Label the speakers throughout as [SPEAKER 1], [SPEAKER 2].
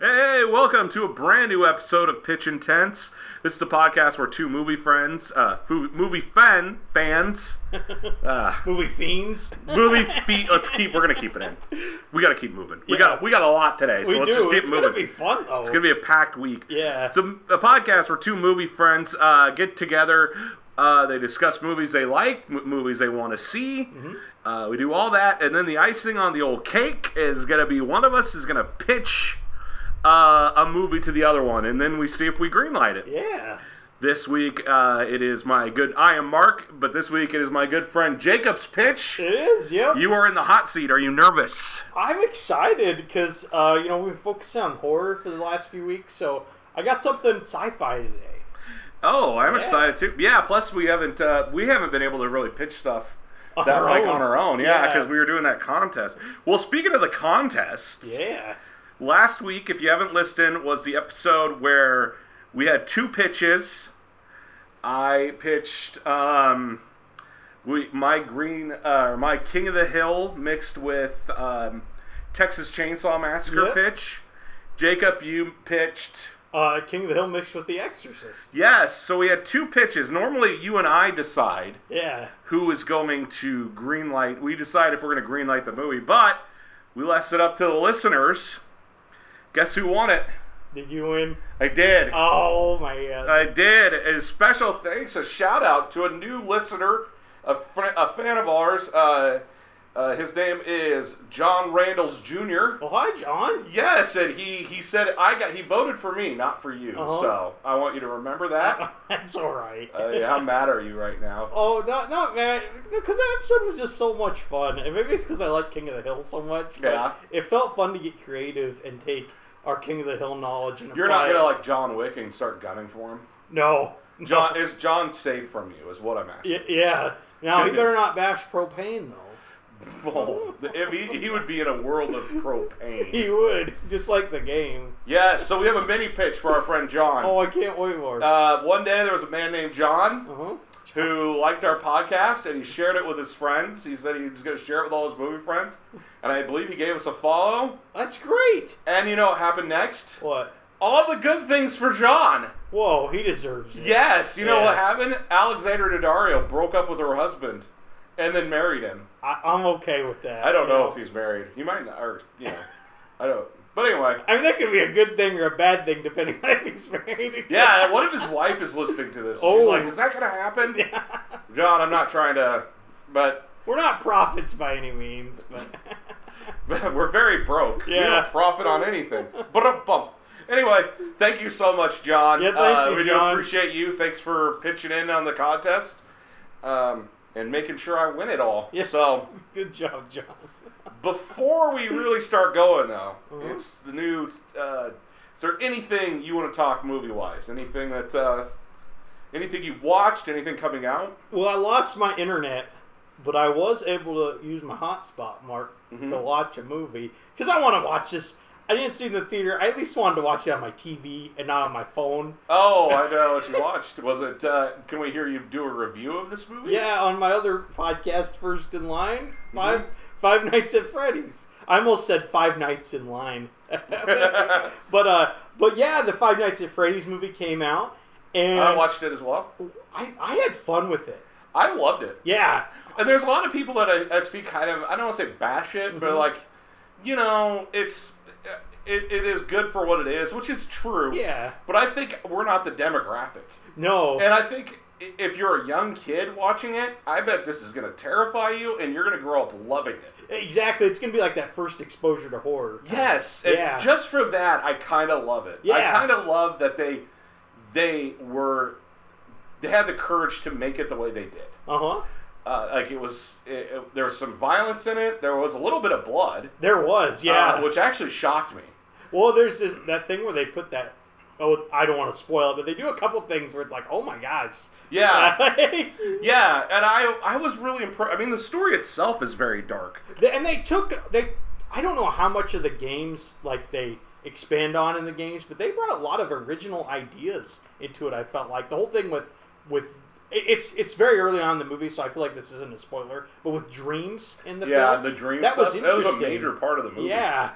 [SPEAKER 1] Hey, welcome to a brand new episode of Pitch Intense. This is the podcast where two movie friends, uh, fu- movie fan fans,
[SPEAKER 2] Movie fiends.
[SPEAKER 1] movie feet. Let's keep. We're gonna keep it in. We gotta keep moving. We got we got a lot today, so
[SPEAKER 2] We
[SPEAKER 1] let's
[SPEAKER 2] do.
[SPEAKER 1] just get
[SPEAKER 2] it's
[SPEAKER 1] moving.
[SPEAKER 2] gonna be fun though.
[SPEAKER 1] It's gonna be a packed week.
[SPEAKER 2] Yeah.
[SPEAKER 1] It's a, a podcast where two movie friends uh, get together. Uh, they discuss movies they like, m- movies they want to see. Uh, we do all that, and then the icing on the old cake is gonna be one of us is gonna pitch uh, a movie to the other one, and then we see if we greenlight it.
[SPEAKER 2] yeah.
[SPEAKER 1] This week, uh, it is my good. I am Mark, but this week it is my good friend Jacob's pitch.
[SPEAKER 2] It is. Yep.
[SPEAKER 1] You are in the hot seat. Are you nervous?
[SPEAKER 2] I'm excited because uh, you know we've been focusing on horror for the last few weeks, so I got something sci-fi today.
[SPEAKER 1] Oh, I'm excited too. Yeah. Plus, we haven't uh, we haven't been able to really pitch stuff
[SPEAKER 2] On
[SPEAKER 1] that
[SPEAKER 2] our
[SPEAKER 1] like
[SPEAKER 2] own.
[SPEAKER 1] on our own. Yeah,
[SPEAKER 2] Yeah.
[SPEAKER 1] because we were doing that contest. Well, speaking of the contest,
[SPEAKER 2] Yeah.
[SPEAKER 1] last week, if you haven't listened, was the episode where we had two pitches. I pitched um, we my green uh, my King of the Hill mixed with um, Texas Chainsaw Massacre
[SPEAKER 2] Yep.
[SPEAKER 1] pitch. Jacob, you pitched.
[SPEAKER 2] Uh, King of the Hill mixed with The Exorcist.
[SPEAKER 1] Yes, so we had two pitches. Normally, you and I decide
[SPEAKER 2] Yeah.
[SPEAKER 1] who is going to greenlight. We decide if we're going to greenlight the movie, but we left it up to the listeners. Guess who won it?
[SPEAKER 2] Did you win?
[SPEAKER 1] I did.
[SPEAKER 2] Oh my god.
[SPEAKER 1] I did. And special thanks, a shout out to a new listener, a, fr- a fan of ours. Uh, uh, his name is John Randalls Jr.
[SPEAKER 2] well, hi, John.
[SPEAKER 1] Yes, and he he said I got he voted for me, not for you.
[SPEAKER 2] Uh-huh.
[SPEAKER 1] So I want you to remember that.
[SPEAKER 2] That's all right.
[SPEAKER 1] uh, yeah, how mad are you right now?
[SPEAKER 2] Oh, no, no, man. Because that episode was just so much fun. And maybe it's because I like King of the Hill so much. But
[SPEAKER 1] Yeah.
[SPEAKER 2] It felt fun to get creative and take our King of the Hill knowledge and
[SPEAKER 1] You're
[SPEAKER 2] apply
[SPEAKER 1] not gonna
[SPEAKER 2] it.
[SPEAKER 1] like John Wick and start gunning for him.
[SPEAKER 2] No.
[SPEAKER 1] John is John saved from you is what I'm asking.
[SPEAKER 2] Y- yeah. Now, he
[SPEAKER 1] Goodness.
[SPEAKER 2] better not bash propane, though.
[SPEAKER 1] Oh, if he, he would be in a world of propane.
[SPEAKER 2] He would. Just like the game.
[SPEAKER 1] Yes, so we have a mini pitch for our friend John.
[SPEAKER 2] Oh, I can't wait more. Uh-huh. Uh
[SPEAKER 1] Uh, one day there was a man named John
[SPEAKER 2] huh.
[SPEAKER 1] who liked our podcast and he shared it with his friends. He said he was going to share it with all his movie friends, and I believe he gave us a follow.
[SPEAKER 2] That's great.
[SPEAKER 1] And you know what happened next?
[SPEAKER 2] What?
[SPEAKER 1] All the good things for John.
[SPEAKER 2] Whoa, he deserves it.
[SPEAKER 1] Yes, you know
[SPEAKER 2] Yeah.
[SPEAKER 1] what happened? Alexander Daddario broke up with her husband and then married him.
[SPEAKER 2] I- I'm okay with that.
[SPEAKER 1] I don't
[SPEAKER 2] you
[SPEAKER 1] know if he's married. He might not, or you know, I don't. But anyway,
[SPEAKER 2] I mean, that could be a good thing or a bad thing, depending on if he's married.
[SPEAKER 1] yeah. What if his wife is listening to this? She's
[SPEAKER 2] Oh.
[SPEAKER 1] like, is that gonna happen? John, I'm not trying to, but
[SPEAKER 2] We're not prophets by any means, but
[SPEAKER 1] we're very broke. We
[SPEAKER 2] Yeah.
[SPEAKER 1] don't profit on anything. But bump. Anyway, thank you so much, John.
[SPEAKER 2] Yeah, thank
[SPEAKER 1] Uh,
[SPEAKER 2] you,
[SPEAKER 1] we
[SPEAKER 2] John.
[SPEAKER 1] do appreciate you. Thanks for pitching in on the contest, um, and making sure I win it all.
[SPEAKER 2] Yeah.
[SPEAKER 1] So
[SPEAKER 2] good job, John.
[SPEAKER 1] before we really start going though,
[SPEAKER 2] Uh-huh.
[SPEAKER 1] it's the new. Uh, is there anything you want to talk movie wise? Anything that, uh, anything you've watched? Anything coming out?
[SPEAKER 2] Well, I lost my internet, but I was able to use my hotspot, Mark, to watch a movie because I want to watch this. I didn't see it in the theater. I at least wanted to watch it on my TV and not on my phone.
[SPEAKER 1] Oh, I know what you watched. Was it? Uh, can we hear you do a review of this movie?
[SPEAKER 2] Yeah, on my other podcast, First in Line, 5 Five Nights at Freddy's. I almost said Five Nights in Line, but uh, but yeah, the Five Nights at Freddy's movie came out, and
[SPEAKER 1] I watched it as well.
[SPEAKER 2] I, I had fun with it.
[SPEAKER 1] I loved it.
[SPEAKER 2] Yeah,
[SPEAKER 1] And there's a lot of people that I, I've seen kind of. I don't want to say bash it,
[SPEAKER 2] Mm-hmm.
[SPEAKER 1] but like, you know, it's it, it is good for what it is, which is true.
[SPEAKER 2] yeah.
[SPEAKER 1] But I think we're not the demographic.
[SPEAKER 2] No,
[SPEAKER 1] And I think i- if you're a young kid watching it, I bet this is going to terrify you and you're going to grow up loving it.
[SPEAKER 2] exactly. It's gonna be like that first exposure to horror.
[SPEAKER 1] Yes, and
[SPEAKER 2] Yeah.
[SPEAKER 1] just for that I kind of love it. I
[SPEAKER 2] Yeah.
[SPEAKER 1] kind of love that they they were they had the courage to make it the way they did.
[SPEAKER 2] Uh huh.
[SPEAKER 1] Uh, like it was it, it- there was some violence in it. There was a little bit of blood.
[SPEAKER 2] There was, yeah.
[SPEAKER 1] uh, which actually shocked me.
[SPEAKER 2] well, there's this, that thing where they put that. Oh, I don't want to spoil it, but they do a couple things where it's like, oh my gosh.
[SPEAKER 1] Yeah.
[SPEAKER 2] Like,
[SPEAKER 1] Yeah, and I I was really impressed. I mean, the story itself is very dark.
[SPEAKER 2] They- and they took they i don't know how much of the games like they expand on in the games but they brought a lot of original ideas into it i felt like the whole thing with with it- it's it's very early on in the movie so i feel like this isn't a spoiler but with dreams in the
[SPEAKER 1] Yeah,
[SPEAKER 2] film
[SPEAKER 1] the dream
[SPEAKER 2] that
[SPEAKER 1] stuff,
[SPEAKER 2] was
[SPEAKER 1] that was
[SPEAKER 2] interesting
[SPEAKER 1] a major part of the movie.
[SPEAKER 2] yeah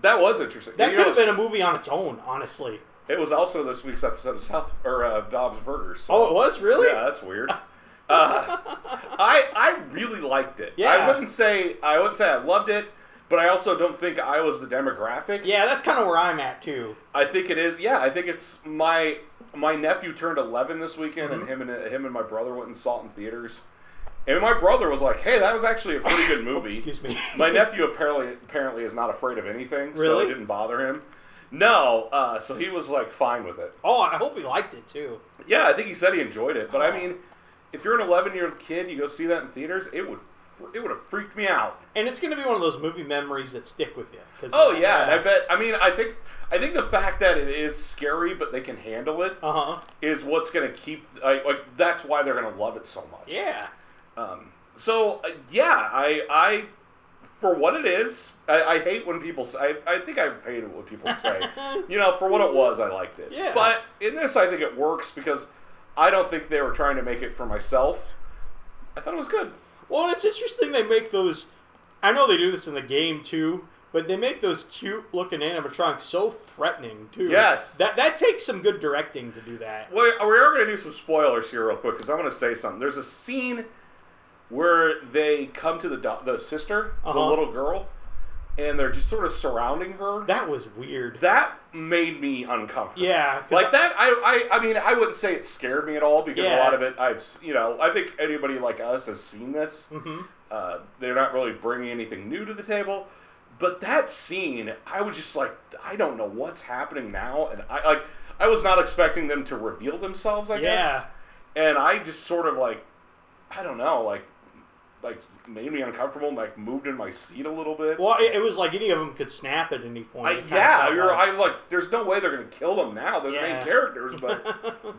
[SPEAKER 1] That was interesting.
[SPEAKER 2] That
[SPEAKER 1] You
[SPEAKER 2] could
[SPEAKER 1] know,
[SPEAKER 2] have been a movie on its own, honestly.
[SPEAKER 1] It was also this week's episode of South or uh, Dobbs Burgers. so-
[SPEAKER 2] Oh, it was really.
[SPEAKER 1] Yeah, that's weird. Uh, I I really liked it. I
[SPEAKER 2] Yeah.
[SPEAKER 1] wouldn't say I wouldn't say I loved it, but I also don't think I was the demographic.
[SPEAKER 2] Yeah, that's kind of where I'm at too.
[SPEAKER 1] I think it is. Yeah, I think it's my my nephew turned 11 this weekend,
[SPEAKER 2] Mm-hmm.
[SPEAKER 1] and him and him and my brother went and saw it in theaters. And my brother was like, "Hey, that was actually a pretty good movie."
[SPEAKER 2] Excuse me.
[SPEAKER 1] My nephew apparently apparently is not afraid of anything, so
[SPEAKER 2] Really?
[SPEAKER 1] it didn't bother him. No, uh, so he was like fine with it.
[SPEAKER 2] Oh, I hope he liked it too.
[SPEAKER 1] Yeah, I think he said he enjoyed it, but
[SPEAKER 2] Oh.
[SPEAKER 1] I mean, if you're an 11 year old kid, you go see that in theaters, it would it would have freaked me out.
[SPEAKER 2] And it's going to be one of those movie memories that stick with you. 'cause-
[SPEAKER 1] Oh yeah, and I bet. I mean, I think I think the fact that it is scary, but they can handle it,
[SPEAKER 2] Uh huh.
[SPEAKER 1] is what's going to keep like, like that's why they're going to love it so much.
[SPEAKER 2] Yeah.
[SPEAKER 1] Um, so uh, yeah, I I for what it is, I, I hate when people say. I, I think I hated what people say. you know, for what it was, I liked it.
[SPEAKER 2] Yeah.
[SPEAKER 1] But in this, I think it works because I don't think they were trying to make it for myself. I thought it was good.
[SPEAKER 2] Well, and it's interesting they make those. I know they do this in the game too, but they make those cute looking animatronics so threatening too.
[SPEAKER 1] Yes.
[SPEAKER 2] That that takes some good directing to do that.
[SPEAKER 1] Well, we are going to do some spoilers here real quick because I want to say something. There's a scene where they come to the do- the sister, the
[SPEAKER 2] Uh-huh.
[SPEAKER 1] little girl, and they're just sort of surrounding her.
[SPEAKER 2] That was weird.
[SPEAKER 1] that made me uncomfortable.
[SPEAKER 2] Yeah, 'cause
[SPEAKER 1] like
[SPEAKER 2] I-
[SPEAKER 1] that. I, I I mean, I wouldn't say it scared me at all because a
[SPEAKER 2] Yeah.
[SPEAKER 1] lot of it, I've s- you know, I think anybody like us has seen this.
[SPEAKER 2] Mhm.
[SPEAKER 1] Uh, they're not really bringing anything new to the table. But that scene, I was just like, I don't know what's happening now, and I like, I was not expecting them to reveal themselves. I
[SPEAKER 2] Yeah.
[SPEAKER 1] guess, and I just sort of like, I don't know, like, like made me uncomfortable, like moved in my seat a little bit.
[SPEAKER 2] Well, it, it was like any of them could snap at any point.
[SPEAKER 1] I,
[SPEAKER 2] It kinda
[SPEAKER 1] yeah,
[SPEAKER 2] felt
[SPEAKER 1] you're,
[SPEAKER 2] like-
[SPEAKER 1] I was like, there's no way they're gonna kill them now. They're the main
[SPEAKER 2] Yeah.
[SPEAKER 1] characters, but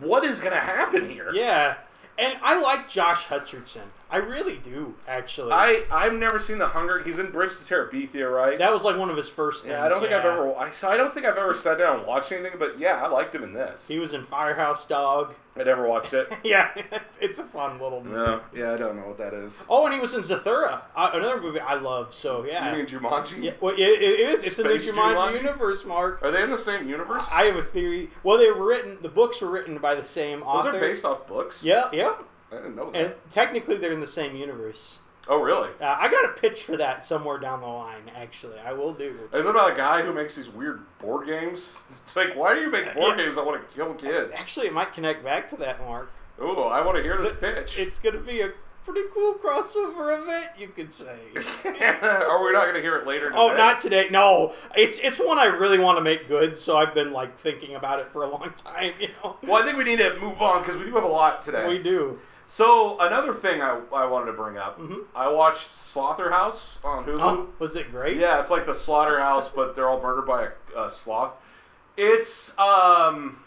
[SPEAKER 1] what is gonna happen here?
[SPEAKER 2] yeah. And I like Josh Hutcherson. I really do, actually.
[SPEAKER 1] I I've never seen the Hunger. He's in Bridge to Terabithia, right?
[SPEAKER 2] that was like one of his first things.
[SPEAKER 1] yeah, I don't think I've
[SPEAKER 2] yeah.
[SPEAKER 1] ever. I so I don't think I've ever sat down and watched anything. But yeah, I liked him in this.
[SPEAKER 2] He was in Firehouse Dog.
[SPEAKER 1] I never watched it.
[SPEAKER 2] Yeah, it's a fun little movie.
[SPEAKER 1] no, yeah, I don't know what that is.
[SPEAKER 2] Oh, and he was in Zathura, uh, another movie I love. So yeah,
[SPEAKER 1] You mean Jumanji?
[SPEAKER 2] yeah. Well, it, it is. It's in the
[SPEAKER 1] Space
[SPEAKER 2] Jumanji
[SPEAKER 1] Jumanji?
[SPEAKER 2] universe, Mark.
[SPEAKER 1] Are they in the same universe?
[SPEAKER 2] I have a theory. Well, they were written. The books were written by the same
[SPEAKER 1] Those
[SPEAKER 2] author.
[SPEAKER 1] are based off books.
[SPEAKER 2] Yeah, yeah.
[SPEAKER 1] I didn't know that.
[SPEAKER 2] And technically, they're in the same universe.
[SPEAKER 1] oh, really?
[SPEAKER 2] Uh, I got a pitch for that somewhere down the line. Actually, I will do.
[SPEAKER 1] Is it about a guy who makes these weird board games? It's like, why do you make board
[SPEAKER 2] Yeah.
[SPEAKER 1] games that want to kill kids?
[SPEAKER 2] Actually, it might connect back to that, Mark.
[SPEAKER 1] Ooh, I want to hear this pitch.
[SPEAKER 2] It's going to be a pretty cool crossover event, you could say.
[SPEAKER 1] Are we not going to hear it later? Today?
[SPEAKER 2] Oh, not today. No, it's it's one I really want to make good, so I've been like thinking about it for a long time. You know,
[SPEAKER 1] Well, I think we need to move on because we do have a lot today.
[SPEAKER 2] we do.
[SPEAKER 1] So another thing I, I wanted to bring up,
[SPEAKER 2] Mhm.
[SPEAKER 1] I watched Slaughterhouse on Hulu.
[SPEAKER 2] Oh, was it great?
[SPEAKER 1] Yeah, it's like the slaughterhouse, but they're all murdered by a, a sloth. It's um,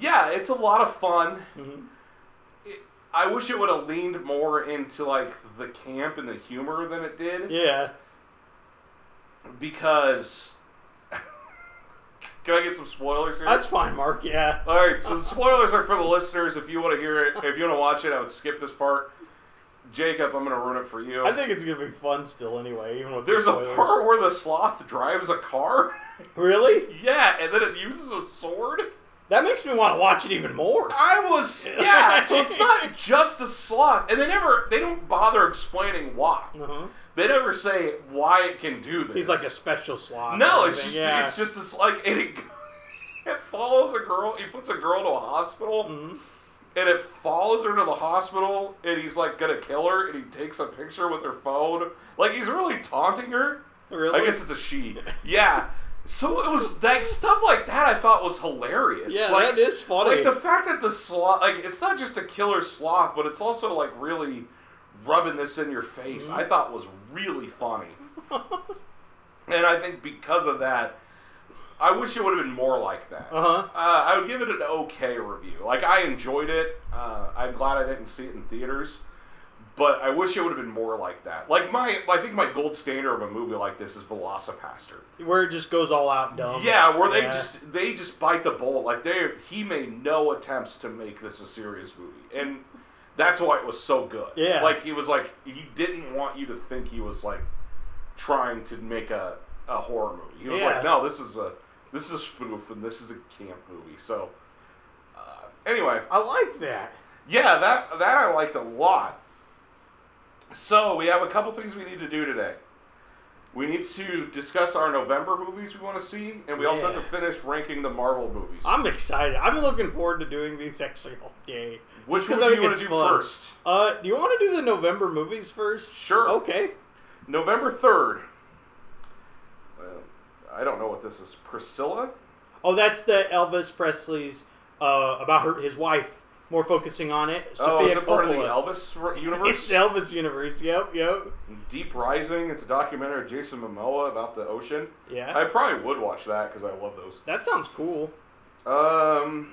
[SPEAKER 1] yeah, it's a lot of fun.
[SPEAKER 2] Mhm.
[SPEAKER 1] It, I wish it would have leaned more into like the camp and the humor than it did.
[SPEAKER 2] Yeah.
[SPEAKER 1] because can I get some spoilers here?
[SPEAKER 2] That's fine, Mark. Yeah.
[SPEAKER 1] All right, so the spoilers are for the listeners. If you want to hear it, if you want to watch it, I would skip this part. Jacob, I'm going to ruin it for you.
[SPEAKER 2] I think it's gonna be fun still, anyway. Even with the
[SPEAKER 1] There's a
[SPEAKER 2] spoilers.
[SPEAKER 1] part where the sloth drives a car.
[SPEAKER 2] Really?
[SPEAKER 1] yeah, and then it uses a sword.
[SPEAKER 2] That makes me want to watch it even more.
[SPEAKER 1] I was yeah. So it's not just a sloth, and they never they don't bother explaining why.
[SPEAKER 2] Uh-huh.
[SPEAKER 1] They never say why it can do this.
[SPEAKER 2] He's like a special slot.
[SPEAKER 1] No, it's just it's just this like and it, it follows a girl. He puts a girl to a hospital,
[SPEAKER 2] Mhm.
[SPEAKER 1] and it follows her to the hospital, and he's like gonna kill her, and he takes a picture with her phone. Like he's really taunting her.
[SPEAKER 2] really.
[SPEAKER 1] I guess it's a she. Yeah. So it was like stuff like that. I thought was hilarious.
[SPEAKER 2] yeah,
[SPEAKER 1] like,
[SPEAKER 2] that is funny.
[SPEAKER 1] like the fact that the sloth, like it's not just a killer sloth, but it's also like really rubbing this in your face. I thought was really funny, and I think because of that, I wish it would have been more like that.
[SPEAKER 2] uh huh.
[SPEAKER 1] Uh, I would give it an okay review. Like I enjoyed it. Uh, I'm glad I didn't see it in theaters, but I wish it would have been more like that. Like my, I think my gold standard of a movie like this is Velocipaster.
[SPEAKER 2] Where it just goes all out dumb.
[SPEAKER 1] Yeah, where they
[SPEAKER 2] Yeah.
[SPEAKER 1] just they just bite the bullet. Like they he made no attempts to make this a serious movie, and that's why it was so good.
[SPEAKER 2] Yeah.
[SPEAKER 1] like he was like he didn't want you to think he was like trying to make a a horror movie. He was
[SPEAKER 2] Yeah.
[SPEAKER 1] like, no, this is a this is a spoof and this is a camp movie. So uh, anyway,
[SPEAKER 2] I like that.
[SPEAKER 1] yeah, that that I liked a lot. So we have a couple things we need to do today. We need to discuss our November movies we want to see, and we also
[SPEAKER 2] Yeah.
[SPEAKER 1] have to finish ranking the Marvel movies.
[SPEAKER 2] I'm excited. I'm looking forward to doing these actually all day.
[SPEAKER 1] Which
[SPEAKER 2] Just 'cause
[SPEAKER 1] one
[SPEAKER 2] I
[SPEAKER 1] do you
[SPEAKER 2] think
[SPEAKER 1] want
[SPEAKER 2] it's
[SPEAKER 1] to do
[SPEAKER 2] fun.
[SPEAKER 1] first?
[SPEAKER 2] Uh, do you want to do the November movies first?
[SPEAKER 1] Sure.
[SPEAKER 2] Okay.
[SPEAKER 1] November third. Uh, I don't know what this is. Priscilla.
[SPEAKER 2] Oh, that's the Elvis Presley's uh, about her his wife. More focusing on it.
[SPEAKER 1] oh, is
[SPEAKER 2] Sophia
[SPEAKER 1] it part of the
[SPEAKER 2] Coppola.
[SPEAKER 1] Elvis r- universe?
[SPEAKER 2] It's the Elvis universe. Yep, yep.
[SPEAKER 1] Deep Rising. It's a documentary of Jason Momoa about the ocean.
[SPEAKER 2] Yeah.
[SPEAKER 1] I probably would watch that because I love those.
[SPEAKER 2] that sounds cool.
[SPEAKER 1] Um,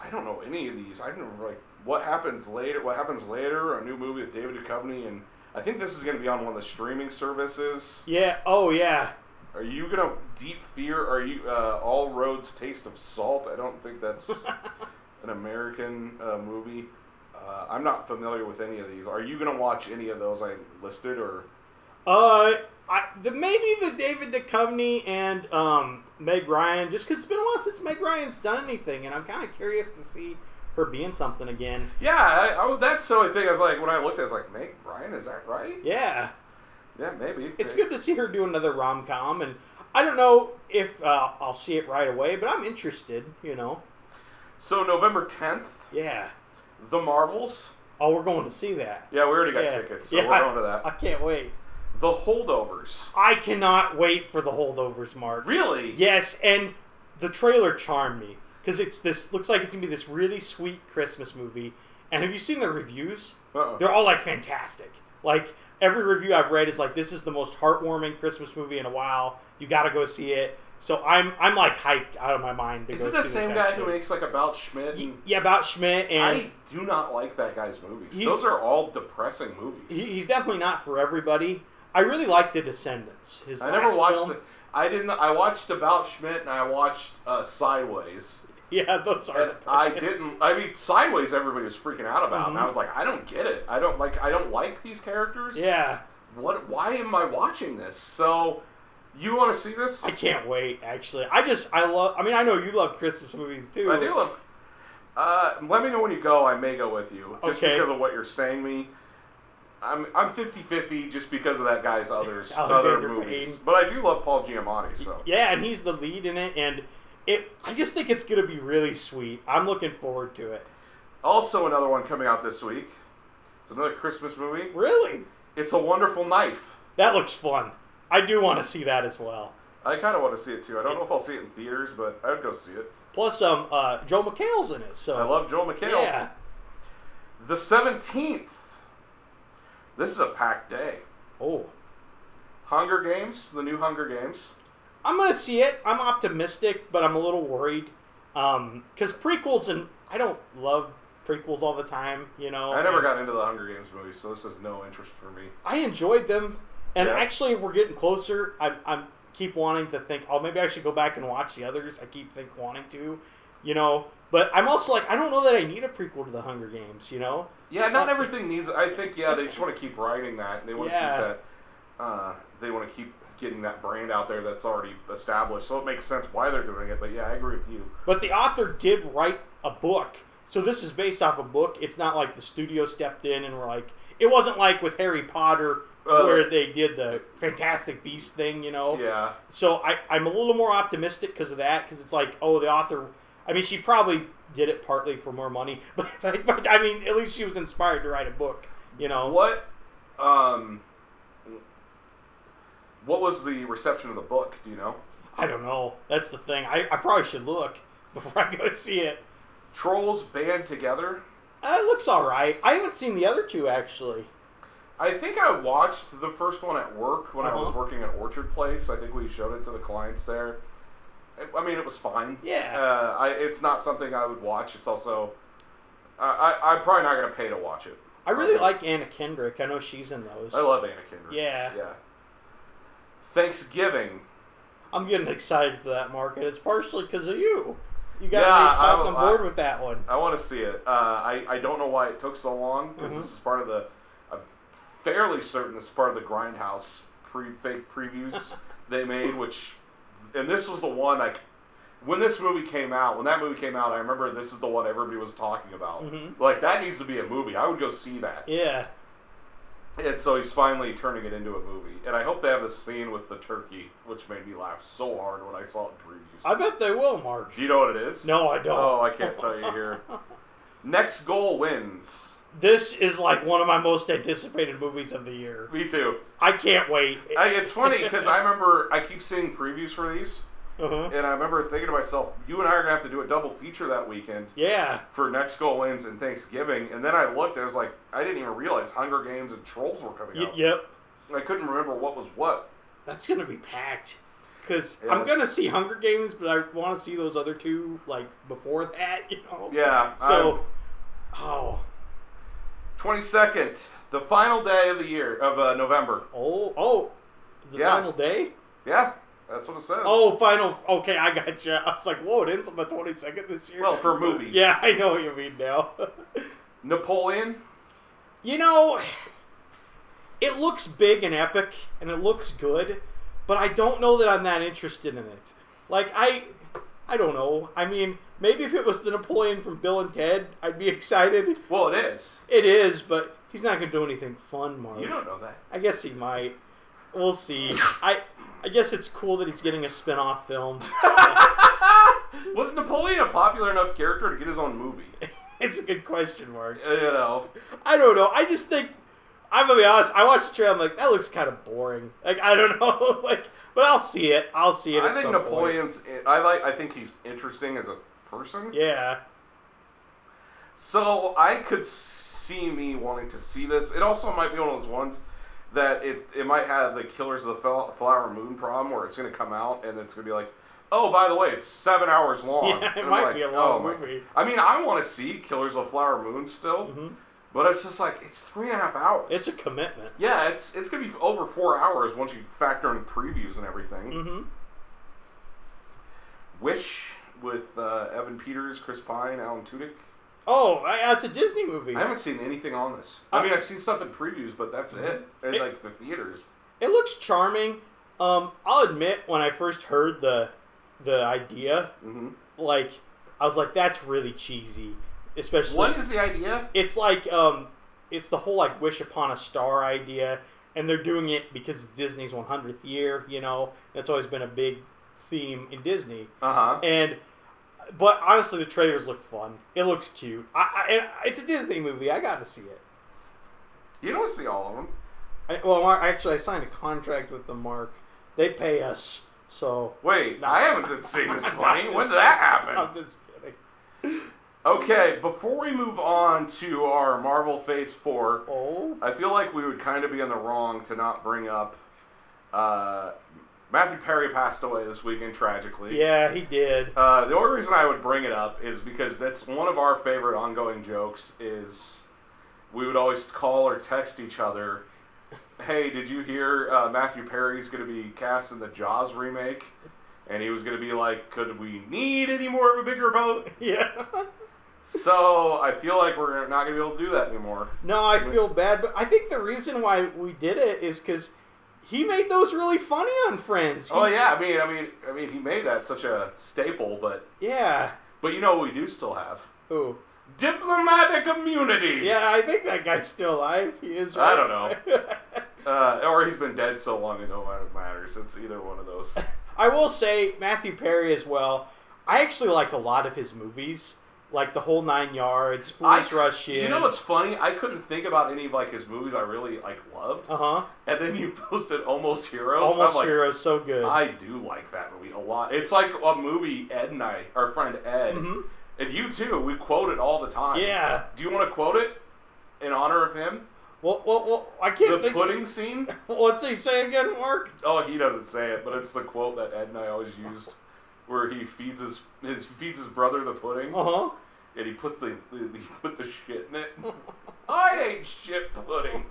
[SPEAKER 1] I don't know any of these. I don't know, like what happens later. What happens later? A new movie with David Duchovny, and I think this is going to be on one of the streaming services.
[SPEAKER 2] Yeah. Oh, yeah.
[SPEAKER 1] Are you gonna Deep Fear? Are you uh, All Roads Taste of Salt? I don't think that's an American uh, movie. Uh, I'm not familiar with any of these. Are you gonna watch any of those I listed or?
[SPEAKER 2] Uh, I, the, maybe the David Duchovny and um, Meg Ryan, just 'cause it's been a while since Meg Ryan's done anything, and I'm kind of curious to see her being something again.
[SPEAKER 1] Yeah, I, I, was- that's the only thing. I was like, when I looked, I was like, Meg Ryan, is that right?
[SPEAKER 2] Yeah,
[SPEAKER 1] Yeah, maybe.
[SPEAKER 2] it's good to see her do another rom com, and I don't know if uh, I'll see it right away, but I'm interested. You know,
[SPEAKER 1] So November 10th,
[SPEAKER 2] yeah.
[SPEAKER 1] The Marvels.
[SPEAKER 2] Oh, we're going to see that.
[SPEAKER 1] Yeah, we already got
[SPEAKER 2] Yeah.
[SPEAKER 1] tickets, so
[SPEAKER 2] Yeah,
[SPEAKER 1] we're going to that.
[SPEAKER 2] I can't wait.
[SPEAKER 1] the Holdovers.
[SPEAKER 2] I cannot wait for the holdovers, Mark.
[SPEAKER 1] Really?
[SPEAKER 2] Yes, and the trailer charmed me because it's this looks like it's gonna be this really sweet Christmas movie. And have you seen the reviews?
[SPEAKER 1] Uh-uh.
[SPEAKER 2] They're all like fantastic. Like every review I've read is like this is the most heartwarming Christmas movie in a while. You gotta go see it. So I'm I'm like hyped out of my mind to
[SPEAKER 1] Is
[SPEAKER 2] go
[SPEAKER 1] it the
[SPEAKER 2] see
[SPEAKER 1] same
[SPEAKER 2] this,
[SPEAKER 1] guy
[SPEAKER 2] actually.
[SPEAKER 1] who makes like about Schmidt?
[SPEAKER 2] Y-
[SPEAKER 1] And,
[SPEAKER 2] yeah, about Schmidt and
[SPEAKER 1] I do not like that guy's movies.
[SPEAKER 2] He's-
[SPEAKER 1] Those are all depressing movies.
[SPEAKER 2] he, he's definitely not for everybody. I really like The Descendants. His
[SPEAKER 1] I never
[SPEAKER 2] last
[SPEAKER 1] watched.
[SPEAKER 2] film.
[SPEAKER 1] The, I didn't. I watched About Schmidt and I watched uh, Sideways,
[SPEAKER 2] Yeah, those are.
[SPEAKER 1] and I
[SPEAKER 2] depressing.
[SPEAKER 1] didn't. I mean, Sideways, everybody was freaking out about, and I
[SPEAKER 2] Mm-hmm.
[SPEAKER 1] was like, I don't get it. I don't like. I don't like these characters.
[SPEAKER 2] Yeah,
[SPEAKER 1] What? Why am I watching this? So, you want to see this?
[SPEAKER 2] I can't wait. Actually, I just I love. I mean, I know you love Christmas movies too.
[SPEAKER 1] I do love. Uh, let me know when you go. I may go with you just
[SPEAKER 2] Okay.
[SPEAKER 1] because of what you're saying me. I'm I'm 50-50 just because of that guy's others other
[SPEAKER 2] Alexander
[SPEAKER 1] movies,
[SPEAKER 2] Payne.
[SPEAKER 1] but I do love Paul Giamatti. So
[SPEAKER 2] Yeah, and he's the lead in it, and it. I just think it's gonna be really sweet. I'm looking forward to it.
[SPEAKER 1] also another one coming out this week. It's another Christmas movie.
[SPEAKER 2] Really,
[SPEAKER 1] It's a Wonderful Knife.
[SPEAKER 2] that looks fun. I do want to see that as well.
[SPEAKER 1] I kind of want to see it too. I don't know if I'll see it in theaters, but I would go see it.
[SPEAKER 2] Plus, um, uh, Joe McHale's in it, so
[SPEAKER 1] I love Joel McHale.
[SPEAKER 2] Yeah,
[SPEAKER 1] The seventeenth. This is a packed day.
[SPEAKER 2] oh,
[SPEAKER 1] Hunger Games, the new Hunger Games.
[SPEAKER 2] I'm gonna see it. I'm optimistic, but I'm a little worried, um, because prequels and I don't love prequels all the time. You know,
[SPEAKER 1] I never
[SPEAKER 2] and-
[SPEAKER 1] got into the Hunger Games movies, so this is no interest for me.
[SPEAKER 2] I enjoyed them, and
[SPEAKER 1] Yeah.
[SPEAKER 2] actually, we're getting closer. I I'm keep wanting to think, oh, maybe I should go back and watch the others. I keep think wanting to, you know. But I'm also like, I don't know that I need a prequel to the Hunger Games, you know.
[SPEAKER 1] Yeah, not
[SPEAKER 2] Uh,
[SPEAKER 1] everything needs. I think yeah, they just want to keep writing that. They want
[SPEAKER 2] Yeah.
[SPEAKER 1] to keep that. Uh, they want to keep getting that brand out there that's already established. So it makes sense why they're doing it. But yeah, I agree with you.
[SPEAKER 2] But the author did write a book, so this is based off a book. It's not like the studio stepped in and were like, it wasn't like with Harry Potter
[SPEAKER 1] Uh,
[SPEAKER 2] where they did the Fantastic Beast thing, you know.
[SPEAKER 1] Yeah,
[SPEAKER 2] so I, I'm a little more optimistic because of that because it's like oh the author i mean she probably did it partly for more money but, but, but i mean at least she was inspired to write a book you know
[SPEAKER 1] what? Um, what was the reception of the book? Do you know?
[SPEAKER 2] i don't know that's the thing i, I probably should look before i go see it
[SPEAKER 1] Trolls band together.
[SPEAKER 2] uh, it looks all right i haven't seen the other two actually
[SPEAKER 1] I think I watched the first one at work when I was
[SPEAKER 2] Uh-huh.
[SPEAKER 1] working at Orchard Place. I think we showed it to the clients there. I- I mean, it was fine.
[SPEAKER 2] Yeah.
[SPEAKER 1] Uh, I, it's not something I would watch. It's also, I, I, I'm probably not going to pay to watch it.
[SPEAKER 2] i really
[SPEAKER 1] Okay.
[SPEAKER 2] like anna kendrick i know she's in those
[SPEAKER 1] I love Anna Kendrick.
[SPEAKER 2] Yeah.
[SPEAKER 1] Yeah. Thanksgiving.
[SPEAKER 2] i'm getting excited for that market it's partially because of you you got
[SPEAKER 1] Yeah,
[SPEAKER 2] me
[SPEAKER 1] I'm-
[SPEAKER 2] popped on board
[SPEAKER 1] I-
[SPEAKER 2] with that one
[SPEAKER 1] I want to see it. Uh, I, I don't know why it took so long because this is part of the. I'm fairly certain this is part of the Grindhouse pre fake previews they made, which, and this was the one like, when this movie came out, when that movie came out, I remember this is the one everybody was talking about.
[SPEAKER 2] Mhm.
[SPEAKER 1] Like that needs to be a movie. I would go see that.
[SPEAKER 2] Yeah.
[SPEAKER 1] And so he's finally turning it into a movie. And I hope they have the scene with the turkey, which made me laugh so hard when I saw it in previews.
[SPEAKER 2] I bet they will, Mark.
[SPEAKER 1] Do you know what it is?
[SPEAKER 2] No, I don't.
[SPEAKER 1] Oh, I can't tell you here. Next goal wins.
[SPEAKER 2] This is like one of my most anticipated movies of the year.
[SPEAKER 1] Me too.
[SPEAKER 2] I can't wait.
[SPEAKER 1] I, it's funny because I remember I keep seeing previews for these,
[SPEAKER 2] Uh-huh.
[SPEAKER 1] and I remember thinking to myself, "You and I are gonna have to do a double feature that weekend
[SPEAKER 2] Yeah.
[SPEAKER 1] for Next Goal Wins and Thanksgiving." And then I looked, I was like, I didn't even realize Hunger Games and Trolls were coming
[SPEAKER 2] Y-
[SPEAKER 1] out.
[SPEAKER 2] yep.
[SPEAKER 1] I couldn't remember what was what.
[SPEAKER 2] That's gonna be packed. Cause
[SPEAKER 1] Yeah,
[SPEAKER 2] I'm
[SPEAKER 1] that's-
[SPEAKER 2] gonna see Hunger Games, but I want to see those other two like before that. You know.
[SPEAKER 1] Yeah.
[SPEAKER 2] So, oh,
[SPEAKER 1] twenty second, the final day of the year of uh, November.
[SPEAKER 2] oh, oh, the
[SPEAKER 1] Yeah.
[SPEAKER 2] final day.
[SPEAKER 1] Yeah, that's what it says.
[SPEAKER 2] Oh, final. Okay, I got you. I was like, whoa, it ends on the 22nd this year.
[SPEAKER 1] well, for movies.
[SPEAKER 2] yeah, I know what you mean now.
[SPEAKER 1] Napoleon.
[SPEAKER 2] you know, it looks big and epic, and it looks good, but I don't know that I'm that interested in it. Like I, I don't know. I mean, maybe if it was the Napoleon from Bill and Ted, I'd be excited.
[SPEAKER 1] Well, it is.
[SPEAKER 2] It is, but he's not gonna do anything fun, Mark.
[SPEAKER 1] You don't know that.
[SPEAKER 2] I guess he might. We'll see. I I guess it's cool that he's getting a spin-off film.
[SPEAKER 1] Was Napoleon a popular enough character to get his own movie?
[SPEAKER 2] it's a good question, Mark.
[SPEAKER 1] You know,
[SPEAKER 2] I don't know. I just think I'm gonna be honest. I watched the trailer. I'm like, that looks kind of boring. Like I don't know. like, but I'll see it. I'll see it.
[SPEAKER 1] I
[SPEAKER 2] at
[SPEAKER 1] think
[SPEAKER 2] some Point.
[SPEAKER 1] Napoleon's. I like. I think he's interesting as a person.
[SPEAKER 2] Yeah.
[SPEAKER 1] So I could see me wanting to see this. It also might be one of those ones that it it might have the Killers of the Fel- Flower Moon problem, where it's going to come out and it's going to be like, oh, by the way, it's seven hours long.
[SPEAKER 2] Yeah, it
[SPEAKER 1] And I'm
[SPEAKER 2] might
[SPEAKER 1] like, oh
[SPEAKER 2] be a long
[SPEAKER 1] my-
[SPEAKER 2] movie. Mm-hmm.
[SPEAKER 1] I mean, I want to see Killers of the Flower Moon still, but it's just like it's three and a half hours.
[SPEAKER 2] It's a commitment.
[SPEAKER 1] Yeah, it's it's gonna be over four hours once you factor in previews and everything.
[SPEAKER 2] Mm-hmm.
[SPEAKER 1] Wish with uh, Evan Peters, Chris Pine, Alan Tudyk.
[SPEAKER 2] Oh, I, it's a Disney movie.
[SPEAKER 1] I haven't seen anything on this. I
[SPEAKER 2] Uh, mm-hmm.
[SPEAKER 1] mean, I've seen stuff in previews, but that's it. And
[SPEAKER 2] It-
[SPEAKER 1] like the theaters.
[SPEAKER 2] It looks charming. Um, I'll admit when I first heard the the idea,
[SPEAKER 1] Mm-hmm.
[SPEAKER 2] like I was like, that's really cheesy. Especially
[SPEAKER 1] What is the idea?
[SPEAKER 2] it's like um, it's the whole like wish upon a star idea, and they're doing it because it's Disney's 100th year. You know, that's always been a big theme in Disney.
[SPEAKER 1] Uh huh.
[SPEAKER 2] And but honestly, the trailers look fun. It looks cute. I, I and it's a Disney movie. I got to see it.
[SPEAKER 1] You don't see all of them.
[SPEAKER 2] I, well, Mark, actually, I signed a contract with them. Mark, they pay us, so
[SPEAKER 1] Wait,
[SPEAKER 2] No.
[SPEAKER 1] I haven't been seeing this
[SPEAKER 2] I'm
[SPEAKER 1] money.
[SPEAKER 2] just-
[SPEAKER 1] When did that happen?
[SPEAKER 2] I'm just kidding.
[SPEAKER 1] Okay, before we move on to our Marvel Phase Four,
[SPEAKER 2] Oh,
[SPEAKER 1] I feel like we would kind of be in the wrong to not bring up. Uh, Matthew Perry passed away this weekend tragically.
[SPEAKER 2] yeah, he did.
[SPEAKER 1] Uh, the only reason I would bring it up is because that's one of our favorite ongoing jokes. Is we would always call or text each other, "Hey, did you hear uh, Matthew Perry's going to be cast in the Jaws remake?" And he was going to be like, "Could we need any more of a bigger boat?"
[SPEAKER 2] Yeah.
[SPEAKER 1] So I feel like we're not going to be able to do that anymore.
[SPEAKER 2] no, I feel bad, but I think the reason why we did it is because he made those really funny on Friends. He-
[SPEAKER 1] Oh yeah, I mean, I mean, I mean, he made that such a staple, but
[SPEAKER 2] Yeah.
[SPEAKER 1] but you know what we do still have
[SPEAKER 2] Ooh.
[SPEAKER 1] diplomatic immunity.
[SPEAKER 2] Yeah, I think that guy's still alive. He is. Right?
[SPEAKER 1] I don't uh, or he's been dead so long it no longer matters. It's either one of those.
[SPEAKER 2] I will say Matthew Perry as well. I actually like a lot of his movies, like the whole nine yards, Fools
[SPEAKER 1] I-
[SPEAKER 2] Rush In.
[SPEAKER 1] You know what's funny? I couldn't think about any of like his movies I really like loved,
[SPEAKER 2] Uh huh.
[SPEAKER 1] and then you posted Almost Heroes. and
[SPEAKER 2] Almost
[SPEAKER 1] I'm like,
[SPEAKER 2] Heroes, so good.
[SPEAKER 1] I do like that movie a lot. It's like a movie Ed and I, our friend Ed,
[SPEAKER 2] Mhm.
[SPEAKER 1] and you too. We quote it all the time.
[SPEAKER 2] Yeah.
[SPEAKER 1] Do you want to quote it in honor of him?
[SPEAKER 2] Well, well, well, I can't
[SPEAKER 1] The
[SPEAKER 2] think.
[SPEAKER 1] pudding scene.
[SPEAKER 2] What's he say again, Mark?
[SPEAKER 1] Oh, he doesn't say it, but it's the quote that Ed and I always used, where he feeds his, his feeds his brother the pudding,
[SPEAKER 2] Uh
[SPEAKER 1] and he puts the, the he put the shit in it.
[SPEAKER 2] huh.
[SPEAKER 1] I ate shit pudding.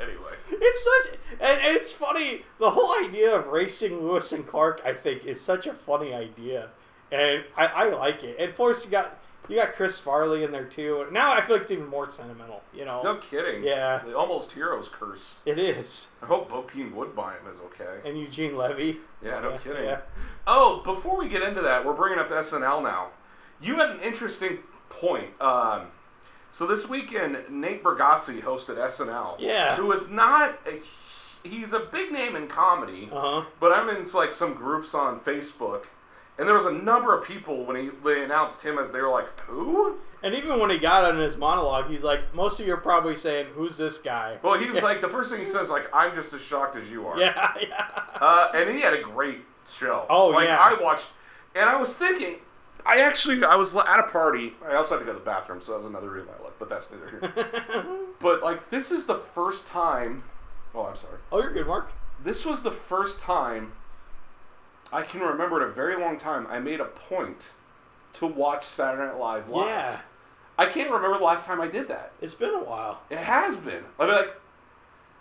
[SPEAKER 1] Anyway,
[SPEAKER 2] It's such, and, and it's funny. The whole idea of racing Lewis and Clark, I think, is such a funny idea, and I, I like it. And of course, you got You got Chris Farley in there too. Now I feel like it's even more sentimental. You know,
[SPEAKER 1] No kidding.
[SPEAKER 2] Yeah.
[SPEAKER 1] The almost heroes curse.
[SPEAKER 2] it is.
[SPEAKER 1] I hope Bokeem Woodbine is okay.
[SPEAKER 2] And Eugene Levy.
[SPEAKER 1] Yeah, no
[SPEAKER 2] Yeah,
[SPEAKER 1] kidding.
[SPEAKER 2] yeah.
[SPEAKER 1] Oh, before we get into that, we're bringing up SNL now. You had an interesting point. Um, so this weekend, Nate Bargatze hosted SNL.
[SPEAKER 2] Yeah.
[SPEAKER 1] Who is not a he's a big name in comedy,
[SPEAKER 2] Uh huh.
[SPEAKER 1] but I'm in like some groups on Facebook, and there was a number of people when he they announced him as they were like, who?
[SPEAKER 2] And even when he got on his monologue, he's like, most of you are probably saying, "Who's this guy?"
[SPEAKER 1] Well, he was like the first thing he says like, I'm just as shocked as you are.
[SPEAKER 2] Yeah, yeah.
[SPEAKER 1] Uh, and he had a great show.
[SPEAKER 2] Oh,
[SPEAKER 1] like,
[SPEAKER 2] yeah.
[SPEAKER 1] I watched, and I was thinking, I actually, I was at a party. I also had to go to the bathroom, so that was another reason I left. But that's neither here. but like, this is the first time. Oh, I'm sorry.
[SPEAKER 2] oh, you're good, Mark.
[SPEAKER 1] This was the first time I can remember in a very long time I made a point to watch Saturday Night Live live.
[SPEAKER 2] Yeah,
[SPEAKER 1] I can't remember the last time I did that.
[SPEAKER 2] it's been a while.
[SPEAKER 1] It has been. I mean, like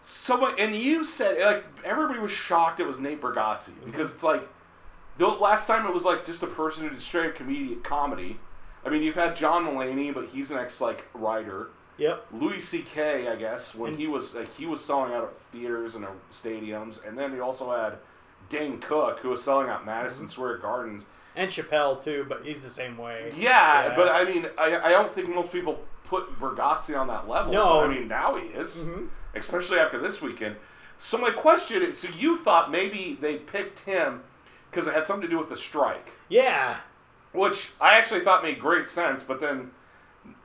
[SPEAKER 1] someone and you said like everybody was shocked it was Nate Bargatze because it's like the last time it was like just a person who did straight up comedic comedy. I mean, you've had John Mulaney, but he's an ex like writer.
[SPEAKER 2] Yep.
[SPEAKER 1] Louis C.K. I guess when he was like, he was selling out at theaters and uh, stadiums, and then you also had Dane Cook who was selling out Madison Square Gardens.
[SPEAKER 2] And Chappelle too, but he's the same way.
[SPEAKER 1] Yeah,
[SPEAKER 2] Yeah.
[SPEAKER 1] but I mean, I, I don't think most people put Bergazzi on that level.
[SPEAKER 2] No.
[SPEAKER 1] But, I mean now he is, especially after this weekend. So my question is: So you thought maybe they picked him because it had something to do with the strike,
[SPEAKER 2] Yeah.
[SPEAKER 1] which I actually thought made great sense. But then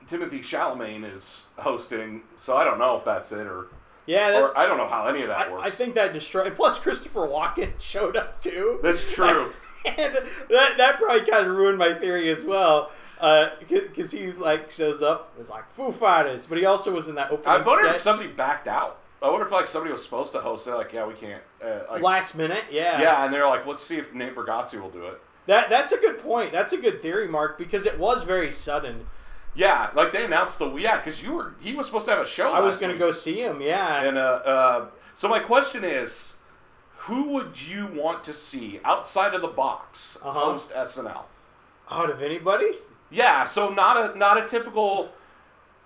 [SPEAKER 1] Timothy Chalamet is hosting, so I don't know if that's it or
[SPEAKER 2] Yeah. That,
[SPEAKER 1] or I don't know how any of that
[SPEAKER 2] I,
[SPEAKER 1] works.
[SPEAKER 2] I think that destroyed. Plus, Christopher Walken showed up too.
[SPEAKER 1] that's true.
[SPEAKER 2] and that that probably kind of ruined my theory as well. Uh, Because he's like shows up, is like Foo Fighters, but he also was in that
[SPEAKER 1] I
[SPEAKER 2] opening.
[SPEAKER 1] wonder if
[SPEAKER 2] sketch.
[SPEAKER 1] somebody backed out. I wonder if like somebody was supposed to host. They're like, yeah, we can't. Uh, like,
[SPEAKER 2] last minute. Yeah,
[SPEAKER 1] Yeah, and they're like, let's see if Nate Bargatze will do it.
[SPEAKER 2] That that's a good point. That's a good theory, Mark, because it was very sudden.
[SPEAKER 1] Yeah, like they announced the yeah, because you were he was supposed to have a show.
[SPEAKER 2] I was
[SPEAKER 1] last
[SPEAKER 2] gonna
[SPEAKER 1] week.
[SPEAKER 2] go see him. Yeah.
[SPEAKER 1] And uh, uh, so my question is, who would you want to see outside of the box
[SPEAKER 2] Uh-huh.
[SPEAKER 1] host SNL?
[SPEAKER 2] Out of anybody?
[SPEAKER 1] Yeah, so not a not a typical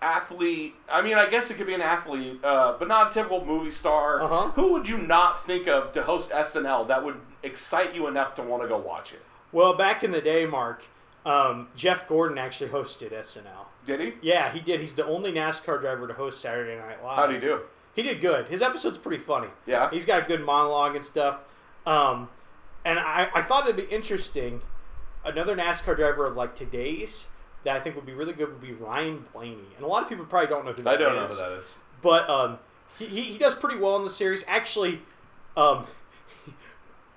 [SPEAKER 1] athlete. I mean, I guess it could be an athlete, uh, but not a typical movie star.
[SPEAKER 2] Uh-huh.
[SPEAKER 1] Who would you not think of to host SNL that would excite you enough to want to go watch it?
[SPEAKER 2] Well, back in the day, Mark, um, Jeff Gordon actually hosted SNL.
[SPEAKER 1] Did he?
[SPEAKER 2] Yeah, he did. He's the only NASCAR driver to host Saturday Night Live.
[SPEAKER 1] How would he do?
[SPEAKER 2] He did good. His episode's pretty funny.
[SPEAKER 1] Yeah.
[SPEAKER 2] He's got a good monologue and stuff. Um, and I, I thought it'd be interesting. Another NASCAR driver of like today's that I think would be really good would be Ryan Blaney. And a lot of people probably don't know who
[SPEAKER 1] I
[SPEAKER 2] that
[SPEAKER 1] don't know
[SPEAKER 2] is.
[SPEAKER 1] who that is.
[SPEAKER 2] But um, he, he, he does pretty well in the series. Actually, um,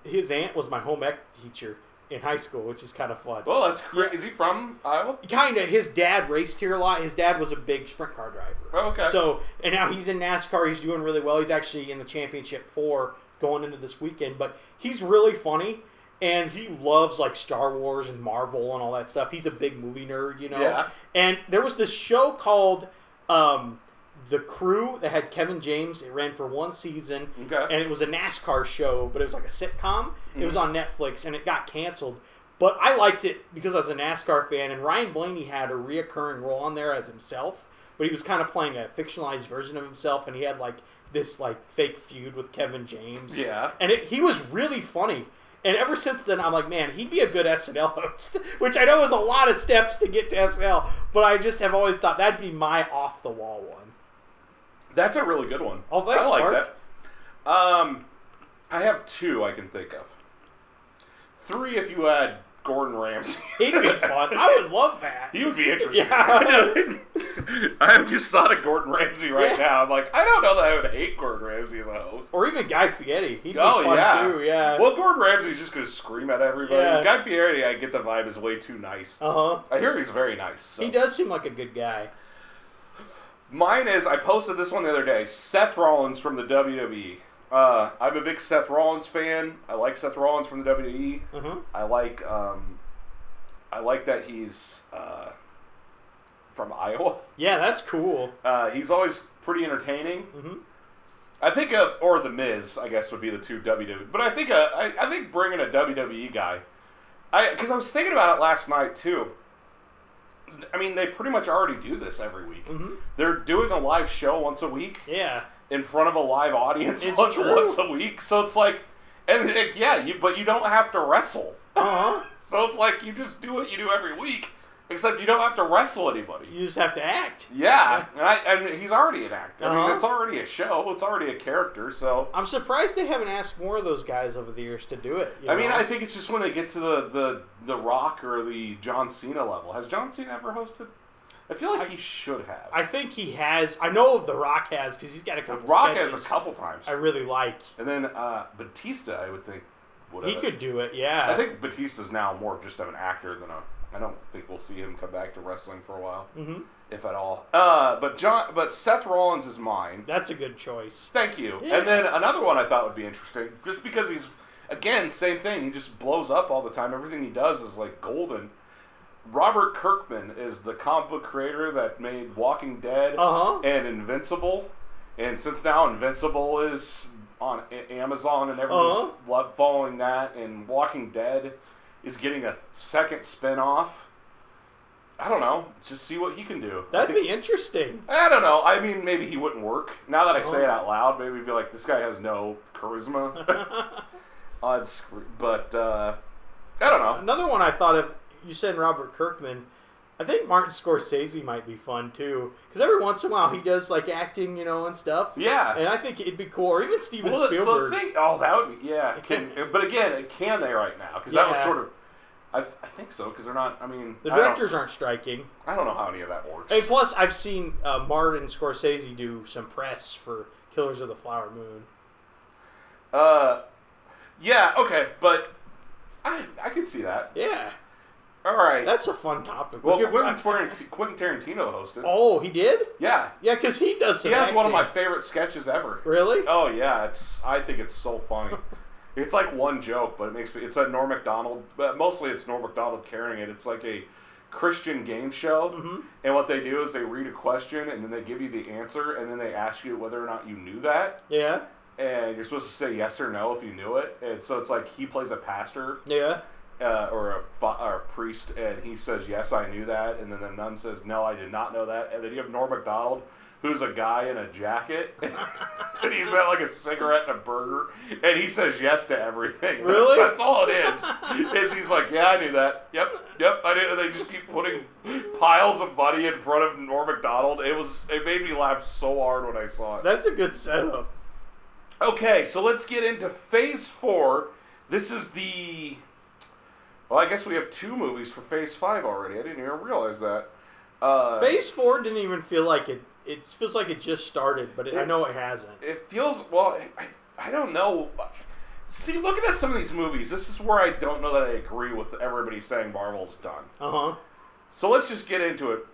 [SPEAKER 2] his aunt was my home ec teacher in high school, which is kind of fun.
[SPEAKER 1] Well, that's great. Is he from Iowa?
[SPEAKER 2] Kind of. His dad raced here a lot. His dad was a big sprint car driver.
[SPEAKER 1] Oh, okay.
[SPEAKER 2] So, and now he's in NASCAR. He's doing really well. He's actually in the championship four going into this weekend. But he's really funny, and he loves like Star Wars and Marvel and all that stuff. He's a big movie nerd, you know.
[SPEAKER 1] Yeah.
[SPEAKER 2] And there was this show called um, The Crew that had Kevin James. It ran for one season.
[SPEAKER 1] Okay. Mm-hmm.
[SPEAKER 2] And it was a NASCAR show, but it was like a sitcom. It was on Netflix and it got canceled. But I liked it because I was a NASCAR fan, and Ryan Blaney had a reoccurring role on there as himself. But he was kind of playing a fictionalized version of himself, and he had like this like fake feud with Kevin James.
[SPEAKER 1] Yeah.
[SPEAKER 2] and it, he was really funny. And ever since then, I'm like, man, he'd be a good SNL host, which I know is a lot of steps to get to SNL, but I just have always thought that'd be my off the wall one.
[SPEAKER 1] That's a really good one.
[SPEAKER 2] Oh, thanks,
[SPEAKER 1] I like
[SPEAKER 2] Mark.
[SPEAKER 1] that. Um, I have two I can think of. Three if you had Gordon Ramsay.
[SPEAKER 2] He'd be fun. I would love that.
[SPEAKER 1] He would be interesting.
[SPEAKER 2] Yeah.
[SPEAKER 1] I have just thought of Gordon Ramsay right
[SPEAKER 2] Yeah.
[SPEAKER 1] now. I'm like, I don't know that I would hate Gordon Ramsay as a host.
[SPEAKER 2] Or even Guy Fieri. He'd be
[SPEAKER 1] Oh
[SPEAKER 2] fun
[SPEAKER 1] yeah.
[SPEAKER 2] too, yeah.
[SPEAKER 1] Well, Gordon Ramsay's just gonna scream at everybody.
[SPEAKER 2] Yeah.
[SPEAKER 1] Guy Fieri, I get the vibe is way too nice.
[SPEAKER 2] uh huh.
[SPEAKER 1] I hear he's very nice. So.
[SPEAKER 2] He does seem like a good guy.
[SPEAKER 1] Mine is I posted this one the other day. Seth Rollins from the WWE. Uh, I'm a big Seth Rollins fan. I like Seth Rollins from the WWE.
[SPEAKER 2] Uh-huh.
[SPEAKER 1] I like um, I like that he's uh, from Iowa.
[SPEAKER 2] Yeah, that's cool.
[SPEAKER 1] Uh, he's always pretty entertaining.
[SPEAKER 2] Mhm.
[SPEAKER 1] I think uh or the Miz, I guess, would be the two WWE. But I think uh, I, I think E bringing a WWE guy, I because I was thinking about it last night too. I mean, they pretty much already do this every week. They're doing a live show once a week
[SPEAKER 2] Mm-hmm. Yeah.
[SPEAKER 1] in front of a live audience
[SPEAKER 2] It's
[SPEAKER 1] once,
[SPEAKER 2] true.
[SPEAKER 1] once a week. So it's like, and like, yeah, you but you don't have to wrestle.
[SPEAKER 2] Uh huh.
[SPEAKER 1] So it's like you just do what you do every week, except you don't have to wrestle anybody.
[SPEAKER 2] You just have to act.
[SPEAKER 1] Yeah, and, I, and he's already an actor. I mean,
[SPEAKER 2] Uh-huh.
[SPEAKER 1] it's already a show. It's already a character. So
[SPEAKER 2] I'm surprised they haven't asked more of those guys over the years to do it. you
[SPEAKER 1] I mean,
[SPEAKER 2] know?
[SPEAKER 1] I think it's just when they get to the the the Rock or the John Cena level. Has John Cena ever hosted? I feel like he should have.
[SPEAKER 2] I think he has. I know The Rock has because he's got a couple.
[SPEAKER 1] Rock has
[SPEAKER 2] sketches
[SPEAKER 1] a couple times,
[SPEAKER 2] I really like.
[SPEAKER 1] and then uh, Batista. I would think would
[SPEAKER 2] He
[SPEAKER 1] have-
[SPEAKER 2] could do it. Yeah.
[SPEAKER 1] Uh, I think Batista's now more of just of an actor than a. I don't think we'll see him come back to wrestling for a while,
[SPEAKER 2] hmm
[SPEAKER 1] if at all. Uh, but John, but Seth Rollins is mine.
[SPEAKER 2] That's a good choice.
[SPEAKER 1] Thank you.
[SPEAKER 2] Yeah.
[SPEAKER 1] And then another one I thought would be interesting, just because he's again same thing. He just blows up all the time. Everything he does is like golden. Robert Kirkman is the comic book creator that made Walking Dead
[SPEAKER 2] Uh huh.
[SPEAKER 1] and Invincible, and since now Invincible is on A- Amazon and everyone's
[SPEAKER 2] Uh-huh.
[SPEAKER 1] lo- following that, and Walking Dead is getting a second spin off. I don't know. Just see what he can do. I
[SPEAKER 2] That'd
[SPEAKER 1] think-
[SPEAKER 2] be interesting.
[SPEAKER 1] I don't know. I mean, maybe he wouldn't work. Now that I say
[SPEAKER 2] Oh.
[SPEAKER 1] it out loud, maybe be like, this guy has no charisma on screen. But uh, I don't know.
[SPEAKER 2] Another one I thought of. You said Robert Kirkman. I think Martin Scorsese might be fun too, because every once in a while he does like acting, you know, and stuff.
[SPEAKER 1] Yeah.
[SPEAKER 2] And I think it'd be cool, or even Steven
[SPEAKER 1] Well, the- the
[SPEAKER 2] Spielberg.
[SPEAKER 1] thing- oh, that would be yeah. Can but again, can they right now? Because that was
[SPEAKER 2] Yeah.
[SPEAKER 1] sort of. I, I think so because they're not. I mean,
[SPEAKER 2] the
[SPEAKER 1] I don't-
[SPEAKER 2] directors aren't striking.
[SPEAKER 1] I don't know how any of that works.
[SPEAKER 2] And plus, I've seen uh, Martin Scorsese do some press for Killers of the Flower Moon.
[SPEAKER 1] Uh, yeah, okay, but I I could see that.
[SPEAKER 2] Yeah,
[SPEAKER 1] All right.
[SPEAKER 2] that's a fun topic.
[SPEAKER 1] well,
[SPEAKER 2] We could-
[SPEAKER 1] Quentin, Tarant- Quentin Tarantino hosted.
[SPEAKER 2] oh, he did?
[SPEAKER 1] Yeah,
[SPEAKER 2] Yeah, because he does.
[SPEAKER 1] he
[SPEAKER 2] Some
[SPEAKER 1] has one of my
[SPEAKER 2] acting.
[SPEAKER 1] favorite sketches ever.
[SPEAKER 2] Really?
[SPEAKER 1] Oh yeah, it's I think it's so funny. it's like one joke, but it makes me. It's a Norm Macdonald, but mostly it's Norm Macdonald carrying it. It's like a Christian game show, and what they do is they read a question and then they give you the answer, and then they ask you whether or not you knew that,
[SPEAKER 2] Yeah.
[SPEAKER 1] and you're supposed to say yes or no if you knew it. And so it's like he plays a pastor
[SPEAKER 2] Yeah.
[SPEAKER 1] uh, or, a, fa- or a priest, and he says, "Yes, I knew that," and then the nun says, "No, I did not know that." And then you have Norm Macdonald, who's a guy in a jacket, and he's had like a cigarette and a burger, and he says yes to everything. That's-
[SPEAKER 2] Really?
[SPEAKER 1] That's, all it is. is he's like, "Yeah, I knew that. Yep, yep, I knew." And they just keep putting piles of money in front of Norm Macdonald. It was it made me laugh so hard when I saw it.
[SPEAKER 2] That's a good setup.
[SPEAKER 1] Okay, so let's get into phase four. This is the. Well, I guess we have two movies for phase five already. I didn't even realize that. Uh,
[SPEAKER 2] Phase four didn't even feel like it. It feels like it just started, but it, I know it hasn't.
[SPEAKER 1] It feels. Well, I, I don't know. See, looking at some of these movies, this is where I don't know that I agree with everybody saying Marvel's done.
[SPEAKER 2] Uh huh.
[SPEAKER 1] So let's just get into it.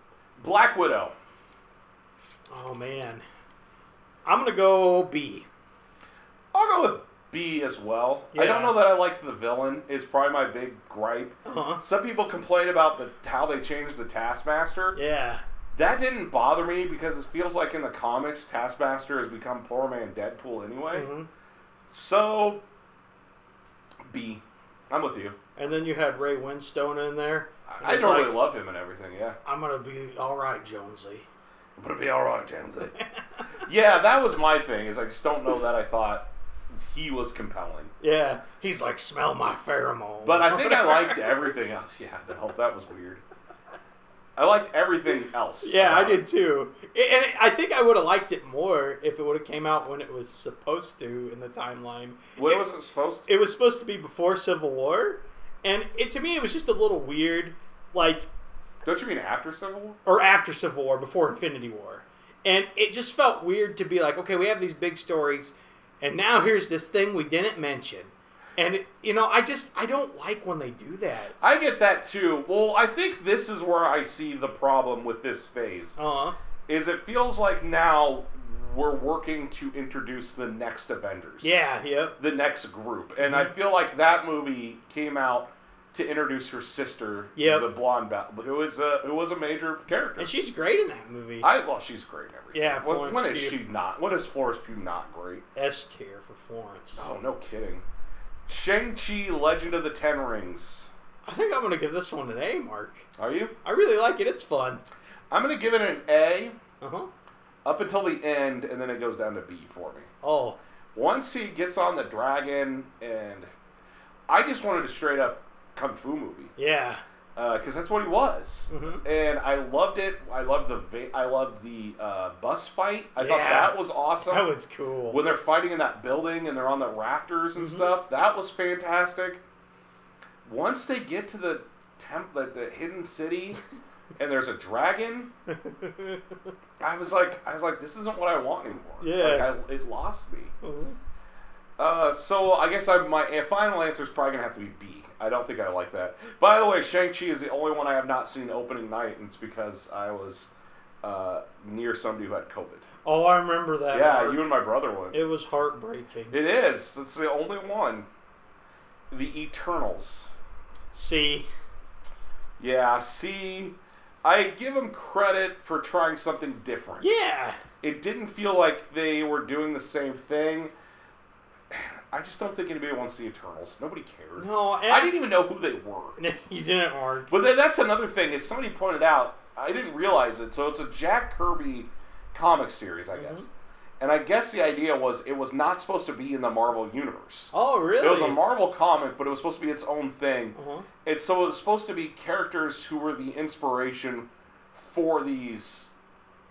[SPEAKER 1] Black Widow.
[SPEAKER 2] Oh man. I'm gonna go B.
[SPEAKER 1] I'll go with B as well. I
[SPEAKER 2] Yeah.
[SPEAKER 1] don't know that I like the villain, is probably my big gripe.
[SPEAKER 2] Uh huh.
[SPEAKER 1] Some people complain about the how they changed the Taskmaster.
[SPEAKER 2] Yeah.
[SPEAKER 1] That didn't bother me because it feels like in the comics, Taskmaster has become poor man Deadpool anyway.
[SPEAKER 2] hmm
[SPEAKER 1] So, B. I'm with you.
[SPEAKER 2] And then you had Ray Winstone in there. and
[SPEAKER 1] I
[SPEAKER 2] it's
[SPEAKER 1] normally
[SPEAKER 2] like,
[SPEAKER 1] love him and everything, yeah.
[SPEAKER 2] I'm gonna be all right, Jonesy.
[SPEAKER 1] I'm going to be all right, Janzi. yeah, that was my thing, is I just don't know that I thought he was compelling.
[SPEAKER 2] Yeah. He's like, smell my pheromone.
[SPEAKER 1] But I think I liked everything else. Yeah, no, that was weird. I liked everything else.
[SPEAKER 2] Yeah, I
[SPEAKER 1] about it.
[SPEAKER 2] did too. I- and it- I think I would have liked it more if it would have came out when it was supposed to in the timeline.
[SPEAKER 1] What
[SPEAKER 2] it,
[SPEAKER 1] was it supposed to?
[SPEAKER 2] it was supposed to be before Civil War, and it to me it was just a little weird, like
[SPEAKER 1] Don't you mean after Civil War?
[SPEAKER 2] or after Civil War, before Infinity War, and it just felt weird to be like, okay, we have these big stories, and now here's this thing we didn't mention, and it, you know, I just I don't like when they do that.
[SPEAKER 1] I get that too. Well, I think this is where I see the problem with this phase.
[SPEAKER 2] Uh huh.
[SPEAKER 1] Is it feels like now we're working to introduce the next Avengers.
[SPEAKER 2] Yeah. Mhm. Yep.
[SPEAKER 1] The next group. And I feel like that movie came out to introduce her sister,
[SPEAKER 2] Yep.
[SPEAKER 1] the blonde bat, who is a who was a major character.
[SPEAKER 2] And she's great in that movie.
[SPEAKER 1] I well, she's great in everything.
[SPEAKER 2] Yeah,
[SPEAKER 1] When- when
[SPEAKER 2] Florence
[SPEAKER 1] is
[SPEAKER 2] Pugh.
[SPEAKER 1] she not? When is Florence Pugh not great?
[SPEAKER 2] S tier for Florence.
[SPEAKER 1] Oh, no kidding. Shang Chi, Legend of the Ten Rings.
[SPEAKER 2] I think I'm gonna give this one an A, Mark.
[SPEAKER 1] Are you?
[SPEAKER 2] I really like it. It's fun.
[SPEAKER 1] I'm gonna give it an A
[SPEAKER 2] Uh huh.
[SPEAKER 1] up until the end, and then it goes down to B for me.
[SPEAKER 2] Oh,
[SPEAKER 1] Once he gets on the dragon, and I just wanted a straight up kung fu movie.
[SPEAKER 2] yeah.
[SPEAKER 1] because that's what he was,
[SPEAKER 2] Mhm.
[SPEAKER 1] and I loved it. I loved the va- I loved the uh, bus fight. I thought
[SPEAKER 2] Yeah.
[SPEAKER 1] that was awesome.
[SPEAKER 2] That was cool.
[SPEAKER 1] when they're fighting in that building and they're on the rafters
[SPEAKER 2] Mm-hmm.
[SPEAKER 1] and stuff. That was fantastic. Once they get to the temp, the, the hidden city, and there's a dragon, I was like, I was like, this isn't what I want anymore.
[SPEAKER 2] Yeah.
[SPEAKER 1] like I, it lost me. Uh, so I guess I, my a final answer is probably gonna have to be B. I don't think I like that. By the way, Shang Chi is the only one I have not seen opening night, and it's because I was uh, near somebody who had COVID.
[SPEAKER 2] oh, I remember that.
[SPEAKER 1] Yeah,
[SPEAKER 2] Mark.
[SPEAKER 1] you and my brother went.
[SPEAKER 2] It was heartbreaking.
[SPEAKER 1] It is. It's the only one. The Eternals.
[SPEAKER 2] See,
[SPEAKER 1] Yeah, see, I give them credit for trying something different.
[SPEAKER 2] yeah,
[SPEAKER 1] It didn't feel like they were doing the same thing. I just don't think anybody wants the Eternals. Nobody cared.
[SPEAKER 2] no, and
[SPEAKER 1] I didn't even know who they were.
[SPEAKER 2] you didn't, Mark.
[SPEAKER 1] But then that's another thing. Is somebody pointed out? I didn't realize it. So it's a Jack Kirby comic series, I guess.
[SPEAKER 2] Mm-hmm.
[SPEAKER 1] And I guess the idea was it was not supposed to be in the Marvel universe.
[SPEAKER 2] Oh, really?
[SPEAKER 1] It was a Marvel comic, but it was supposed to be its own thing.
[SPEAKER 2] Uh-huh.
[SPEAKER 1] And so it was supposed to be characters who were the inspiration for these,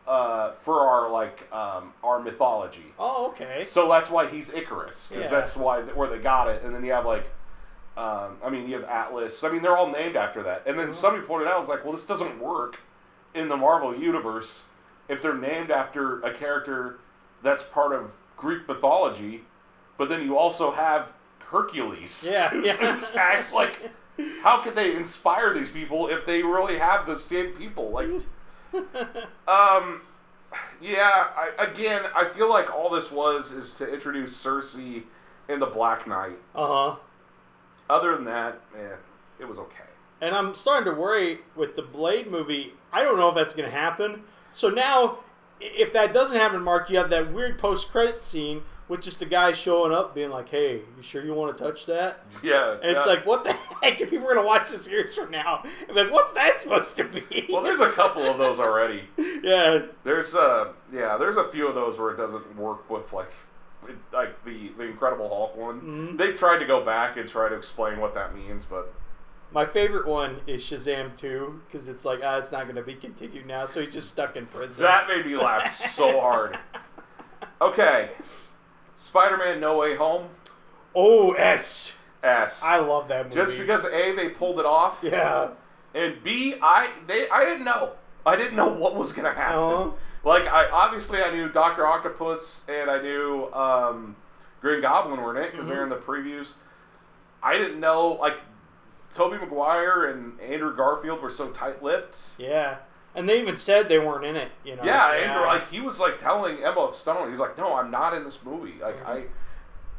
[SPEAKER 1] uh, for our like um, our mythology.
[SPEAKER 2] Oh, okay.
[SPEAKER 1] So that's why he's Icarus, because
[SPEAKER 2] Yeah.
[SPEAKER 1] that's why where they got it. And then you have like, um, I mean, you have Atlas. I mean, they're all named after that. And
[SPEAKER 2] Mm-hmm.
[SPEAKER 1] then somebody pointed out, I was like, well, this doesn't work in the Marvel universe if they're named after a character that's part of Greek mythology, but then you also have Hercules.
[SPEAKER 2] Yeah,
[SPEAKER 1] who's,
[SPEAKER 2] yeah.
[SPEAKER 1] who's act- like, how could they inspire these people if they really have the same people? Like, um. Yeah, I, again, I feel like all this was is to introduce Cersei in the Black Knight.
[SPEAKER 2] Uh huh.
[SPEAKER 1] Other than that, man, it was okay.
[SPEAKER 2] And I'm starting to worry with the Blade movie. I don't know if that's going to happen. So now, i- if that doesn't happen, Mark, you have that weird post-credit scene with just the guy showing up, being like, "Hey, you sure you want to touch that?"
[SPEAKER 1] Yeah,
[SPEAKER 2] And it's
[SPEAKER 1] yeah.
[SPEAKER 2] like, what the heck? If people are going to watch this years from now, I'm like, what's that supposed to be?
[SPEAKER 1] well, there's a couple of those already.
[SPEAKER 2] yeah,
[SPEAKER 1] There's uh, yeah, there's a few of those where it doesn't work with like, it- like the the Incredible Hulk one.
[SPEAKER 2] Mm-hmm.
[SPEAKER 1] They tried to go back and try to explain what that means, but
[SPEAKER 2] My favorite one is Shazam 2 because it's like, ah, it's not going to be continued now, so he's just stuck in prison.
[SPEAKER 1] that made me laugh so hard. Okay, Spider-Man: No Way Home.
[SPEAKER 2] oh, S.
[SPEAKER 1] S.
[SPEAKER 2] I love that movie.
[SPEAKER 1] Just because a they pulled it off.
[SPEAKER 2] Yeah.
[SPEAKER 1] And B, I they I didn't know. I didn't know what was gonna happen.
[SPEAKER 2] Uh-huh.
[SPEAKER 1] Like I obviously I knew Doctor Octopus and I knew um, Green Goblin were in it because they're
[SPEAKER 2] Mm-hmm.
[SPEAKER 1] in the previews. I didn't know like Toby Maguire and Andrew Garfield were so tight-lipped.
[SPEAKER 2] Yeah. And they even said they weren't in it, you know.
[SPEAKER 1] Yeah, Andrew like he was like telling Emma Stone, he's like, "No, I'm not in this movie." Like
[SPEAKER 2] Mm-hmm.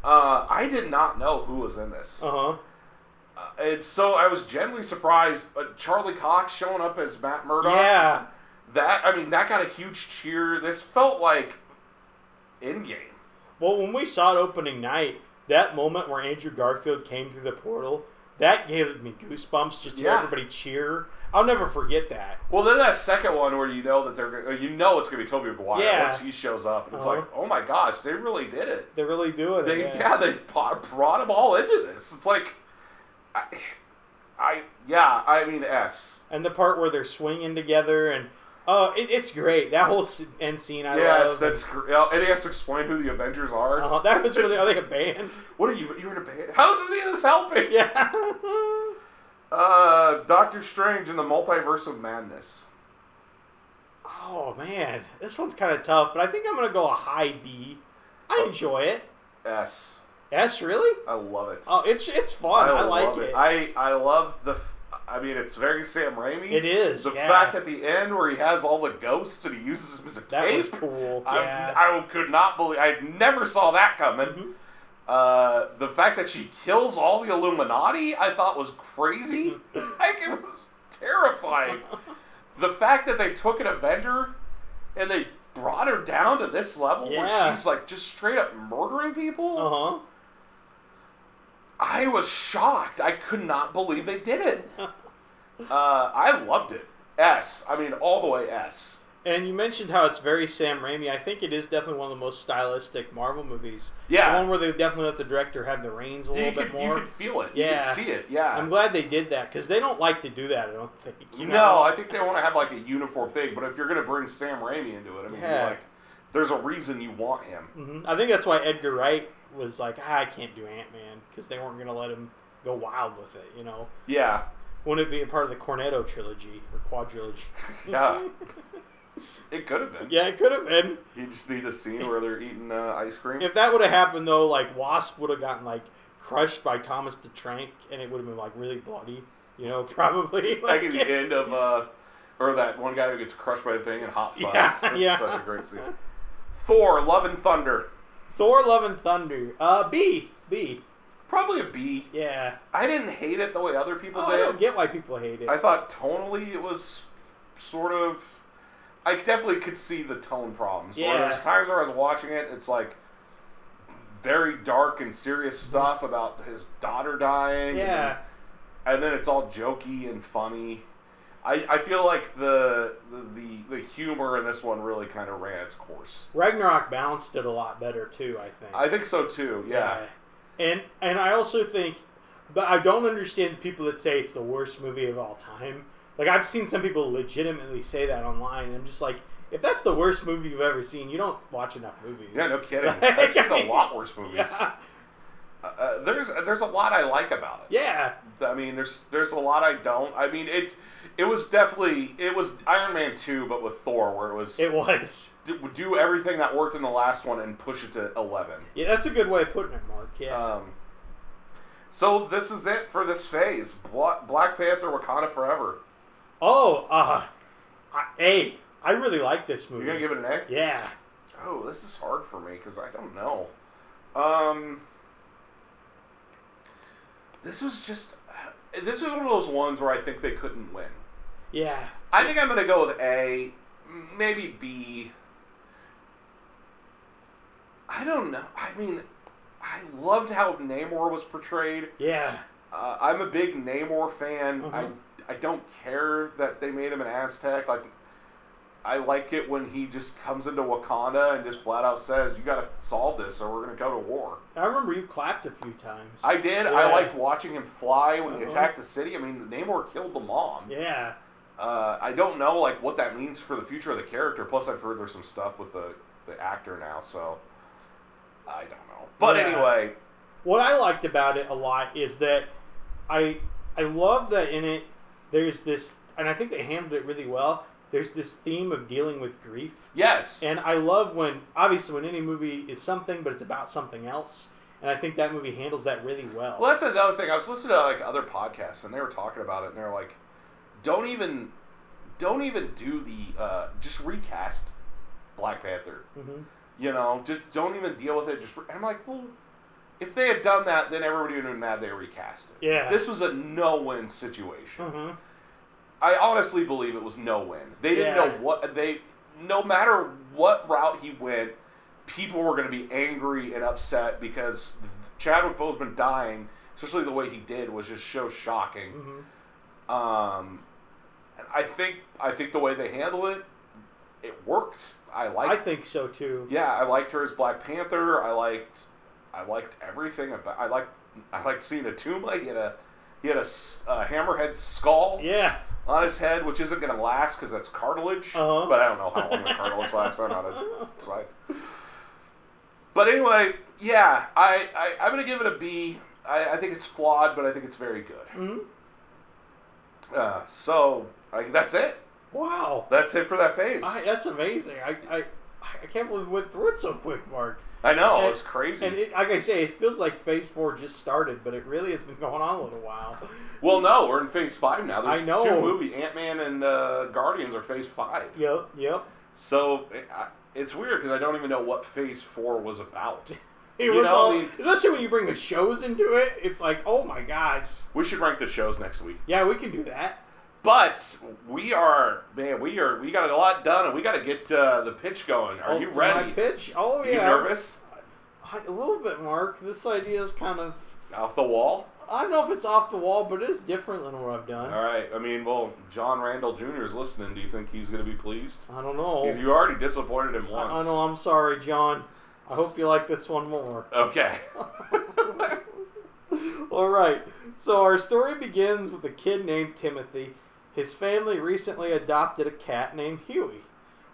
[SPEAKER 1] I, uh, I did not know who was in this.
[SPEAKER 2] Uh huh.
[SPEAKER 1] And so I was genuinely surprised. But Charlie Cox showing up as Matt Murdock.
[SPEAKER 2] Yeah.
[SPEAKER 1] That I mean, that got a huge cheer. This felt like Endgame.
[SPEAKER 2] Well, when we saw it opening night, that moment where Andrew Garfield came through the portal, that gave me goosebumps just to hear
[SPEAKER 1] Yeah.
[SPEAKER 2] everybody cheer. I'll never forget that.
[SPEAKER 1] Well, then that second one where you know that they're gonna- you know it's gonna be Toby Maguire
[SPEAKER 2] Yeah.
[SPEAKER 1] once he shows up, and it's
[SPEAKER 2] Uh-huh.
[SPEAKER 1] like, oh my gosh, they really did it.
[SPEAKER 2] They're really doing
[SPEAKER 1] They
[SPEAKER 2] it.
[SPEAKER 1] yeah, they brought, brought them all into this. It's like, I, I yeah, I mean S.
[SPEAKER 2] and the part where they're swinging together and oh, it, it's great. That whole s- end scene, I
[SPEAKER 1] Yes,
[SPEAKER 2] love.
[SPEAKER 1] that's gr- yeah, and he has to explain who the Avengers are.
[SPEAKER 2] Uh-huh. That was really, I think, a band.
[SPEAKER 1] What are you? You're in a band. How is any of this helping?
[SPEAKER 2] Yeah.
[SPEAKER 1] Uh, Doctor Strange and the Multiverse of Madness.
[SPEAKER 2] oh man, this one's kind of tough, but I think I'm gonna go a high B.
[SPEAKER 1] Oh.
[SPEAKER 2] I enjoy it.
[SPEAKER 1] S.
[SPEAKER 2] Yes, really?
[SPEAKER 1] I love it.
[SPEAKER 2] Oh, it's it's fun. I, like
[SPEAKER 1] love
[SPEAKER 2] it.
[SPEAKER 1] I I love the. f- I mean, it's very Sam Raimi.
[SPEAKER 2] It is,
[SPEAKER 1] the
[SPEAKER 2] yeah.
[SPEAKER 1] fact at the end where he has all the ghosts and he uses them as a
[SPEAKER 2] that was
[SPEAKER 1] case.
[SPEAKER 2] cool.
[SPEAKER 1] I,
[SPEAKER 2] yeah. Mm-hmm.
[SPEAKER 1] I could not believe. I never saw that coming. Uh, the fact that she kills all the Illuminati, I thought was crazy.
[SPEAKER 2] Mm-hmm.
[SPEAKER 1] like it was terrifying. the fact that they took an Avenger and they brought her down to this level
[SPEAKER 2] Yeah. Uh-huh.
[SPEAKER 1] where she's like just straight up murdering people.
[SPEAKER 2] uh huh.
[SPEAKER 1] I was shocked. I could not believe they did it. Uh, I loved it. S. I mean, all the way S.
[SPEAKER 2] And you mentioned how it's very Sam Raimi. I think it is definitely one of the most stylistic Marvel movies.
[SPEAKER 1] Yeah.
[SPEAKER 2] The one where they definitely let the director have the reins a little
[SPEAKER 1] You
[SPEAKER 2] bit
[SPEAKER 1] could,
[SPEAKER 2] more.
[SPEAKER 1] you could feel it. You
[SPEAKER 2] Yeah.
[SPEAKER 1] could see it. Yeah.
[SPEAKER 2] I'm glad they did that because they don't like to do that. I don't think. You
[SPEAKER 1] No,
[SPEAKER 2] know?
[SPEAKER 1] I think they want to have like a uniform thing. But if you're gonna bring Sam Raimi into it, I mean,
[SPEAKER 2] Yeah.
[SPEAKER 1] like, there's a reason you want him.
[SPEAKER 2] Mhm. I think that's why Edgar Wright was like, ah, I can't do Ant Man because they weren't going to let him go wild with it. You know,
[SPEAKER 1] Yeah,
[SPEAKER 2] wouldn't it be a part of the Cornetto trilogy or quadrilogy?
[SPEAKER 1] Yeah. it could have been.
[SPEAKER 2] yeah, it could have been.
[SPEAKER 1] You just need a scene where they're eating uh, ice cream.
[SPEAKER 2] If that would have happened though, like Wasp would have gotten like crushed by Thomas the Trank, and it would have been like really bloody. You know, probably.
[SPEAKER 1] like at
[SPEAKER 2] like-
[SPEAKER 1] the end of, uh, or that one guy who gets crushed by a thing in Hot Fuzz.
[SPEAKER 2] Yeah,
[SPEAKER 1] That's
[SPEAKER 2] yeah.
[SPEAKER 1] such a great scene. Thor: Love and Thunder.
[SPEAKER 2] Thor: Love and Thunder. Uh, B, B.
[SPEAKER 1] Probably a B.
[SPEAKER 2] Yeah.
[SPEAKER 1] I didn't hate it the way other people
[SPEAKER 2] Oh, I
[SPEAKER 1] did.
[SPEAKER 2] don't get why people hate it.
[SPEAKER 1] I thought tonally it was sort of. I definitely could see the tone problems. Where
[SPEAKER 2] Yeah.
[SPEAKER 1] there's times where I was watching it, it's like very dark and serious stuff about his daughter dying.
[SPEAKER 2] Mm-hmm. yeah.
[SPEAKER 1] And, and then it's all jokey and funny. I, I feel like the, the the the humor in this one really kind of ran its course.
[SPEAKER 2] Ragnarok balanced it a lot better too. I think.
[SPEAKER 1] I think so too. Yeah.
[SPEAKER 2] And and I also think, but I don't understand the people that say it's the worst movie of all time. Like I've seen some people legitimately say that online, and I'm just like, if that's the worst movie you've ever seen, you don't watch enough movies.
[SPEAKER 1] Yeah, no kidding.
[SPEAKER 2] Like,
[SPEAKER 1] I've seen
[SPEAKER 2] I mean,
[SPEAKER 1] a lot worse movies.
[SPEAKER 2] Yeah,
[SPEAKER 1] Uh, there's there's a lot I like about it.
[SPEAKER 2] yeah,
[SPEAKER 1] I mean, there's there's a lot I don't. I mean, it it was definitely it was Iron Man two, but with Thor, where it was
[SPEAKER 2] it was.
[SPEAKER 1] do, do everything that worked in the last one and push it to eleven.
[SPEAKER 2] Yeah, that's a good way of putting it, Mark. Yeah,
[SPEAKER 1] Um, so this is it for this phase. Bla- Black Panther: Wakanda Forever.
[SPEAKER 2] Oh, uh, I, hey, I really like this movie.
[SPEAKER 1] You're gonna give it an A?
[SPEAKER 2] yeah,
[SPEAKER 1] Oh, this is hard for me because I don't know. Um, this was just this is one of those ones where I think they couldn't win.
[SPEAKER 2] yeah,
[SPEAKER 1] I think I'm gonna go with A, maybe B. I don't know. I mean, I loved how Namor was portrayed.
[SPEAKER 2] yeah.
[SPEAKER 1] Uh, I'm a big Namor fan.
[SPEAKER 2] Mhm.
[SPEAKER 1] I I don't care that they made him an Aztec. Like, I like it when he just comes into Wakanda and just flat out says, "You got to solve this, or we're gonna go to war."
[SPEAKER 2] I remember you clapped a few times.
[SPEAKER 1] I did.
[SPEAKER 2] Yeah.
[SPEAKER 1] I liked watching him fly when he
[SPEAKER 2] Uh-huh.
[SPEAKER 1] attacked the city. I mean, Namor killed the mom.
[SPEAKER 2] yeah.
[SPEAKER 1] Uh, I don't know like what that means for the future of the character. Plus, I've heard there's some stuff with the the actor now, so I don't know. But
[SPEAKER 2] Yeah.
[SPEAKER 1] anyway,
[SPEAKER 2] what I liked about it a lot is that I I love that in it there's this and I think they handled it really well. There's this theme of dealing with grief.
[SPEAKER 1] yes,
[SPEAKER 2] And I love when obviously when any movie is something but it's about something else. And I think that movie handles that really well.
[SPEAKER 1] well, that's another thing. I was listening to like other podcasts, and they were talking about it, and they're like, "Don't even, don't even do the uh, just recast Black Panther."
[SPEAKER 2] Mhm.
[SPEAKER 1] You know, just don't even deal with it. Just re-. and I'm like, well, if they had done that, then everybody would have been mad they recast it.
[SPEAKER 2] Yeah.
[SPEAKER 1] this was a no-win situation.
[SPEAKER 2] Mhm.
[SPEAKER 1] I honestly believe it was no win. They didn't
[SPEAKER 2] Yeah.
[SPEAKER 1] know what they. No matter what route he went, people were going to be angry and upset because Chadwick Boseman dying, especially the way he did, was just so shocking.
[SPEAKER 2] Mhm.
[SPEAKER 1] Um, and I think I think the way they handled it, it worked. I
[SPEAKER 2] I
[SPEAKER 1] liked.
[SPEAKER 2] think so too.
[SPEAKER 1] yeah, I liked her as Black Panther. I liked. I liked everything about. I liked. I liked seeing Atuma. He had a. He had a, s- a hammerhead skull
[SPEAKER 2] Yeah.
[SPEAKER 1] on his head, which isn't going to last because that's cartilage.
[SPEAKER 2] Uh-huh.
[SPEAKER 1] But I don't know how long the cartilage lasts. I'm not a side. But anyway, yeah, I, I I'm going to give it a B. I, I think it's flawed, but I think it's very good.
[SPEAKER 2] Mhm.
[SPEAKER 1] Uh, so I, that's it.
[SPEAKER 2] Wow.
[SPEAKER 1] That's it for that phase.
[SPEAKER 2] I,
[SPEAKER 1] I,
[SPEAKER 2] that's amazing. I, I I can't believe we went through it so quick, Mark.
[SPEAKER 1] know
[SPEAKER 2] and-
[SPEAKER 1] it's crazy.
[SPEAKER 2] And it, like I say, it feels like Phase Four just started, but it really has been going on a little while.
[SPEAKER 1] well, no, we're in phase five now. There's
[SPEAKER 2] I know.
[SPEAKER 1] two movies. Ant Man and uh, Guardians are phase five.
[SPEAKER 2] Yep, yep.
[SPEAKER 1] So it, I, it's weird because I don't even know what phase four was about.
[SPEAKER 2] It
[SPEAKER 1] You
[SPEAKER 2] was
[SPEAKER 1] know,
[SPEAKER 2] all,
[SPEAKER 1] I mean-
[SPEAKER 2] especially when you bring the shows into it. It's like, oh my gosh,
[SPEAKER 1] we should rank the shows next week.
[SPEAKER 2] yeah, we can do that.
[SPEAKER 1] But we are, man, we are, we got a lot done, and we got to get uh, the pitch going. Are
[SPEAKER 2] Oh,
[SPEAKER 1] you
[SPEAKER 2] to my
[SPEAKER 1] ready?
[SPEAKER 2] pitch? Oh
[SPEAKER 1] Are
[SPEAKER 2] yeah.
[SPEAKER 1] you nervous?
[SPEAKER 2] I- A little bit, Mark. This idea is kind of
[SPEAKER 3] Off the wall?
[SPEAKER 2] I don't know if it's off the wall, but it is different than what I've done.
[SPEAKER 3] All right. I mean, well, John Randall Jr. is listening. Do you think he's going to be pleased?
[SPEAKER 2] I don't know.
[SPEAKER 3] Because you already disappointed him
[SPEAKER 2] Oh. I,
[SPEAKER 3] once.
[SPEAKER 2] I know. I'm sorry, John. I hope you like this one more.
[SPEAKER 3] Okay.
[SPEAKER 2] All right. So our story begins with a kid named Timothy. His family recently adopted a cat named Huey.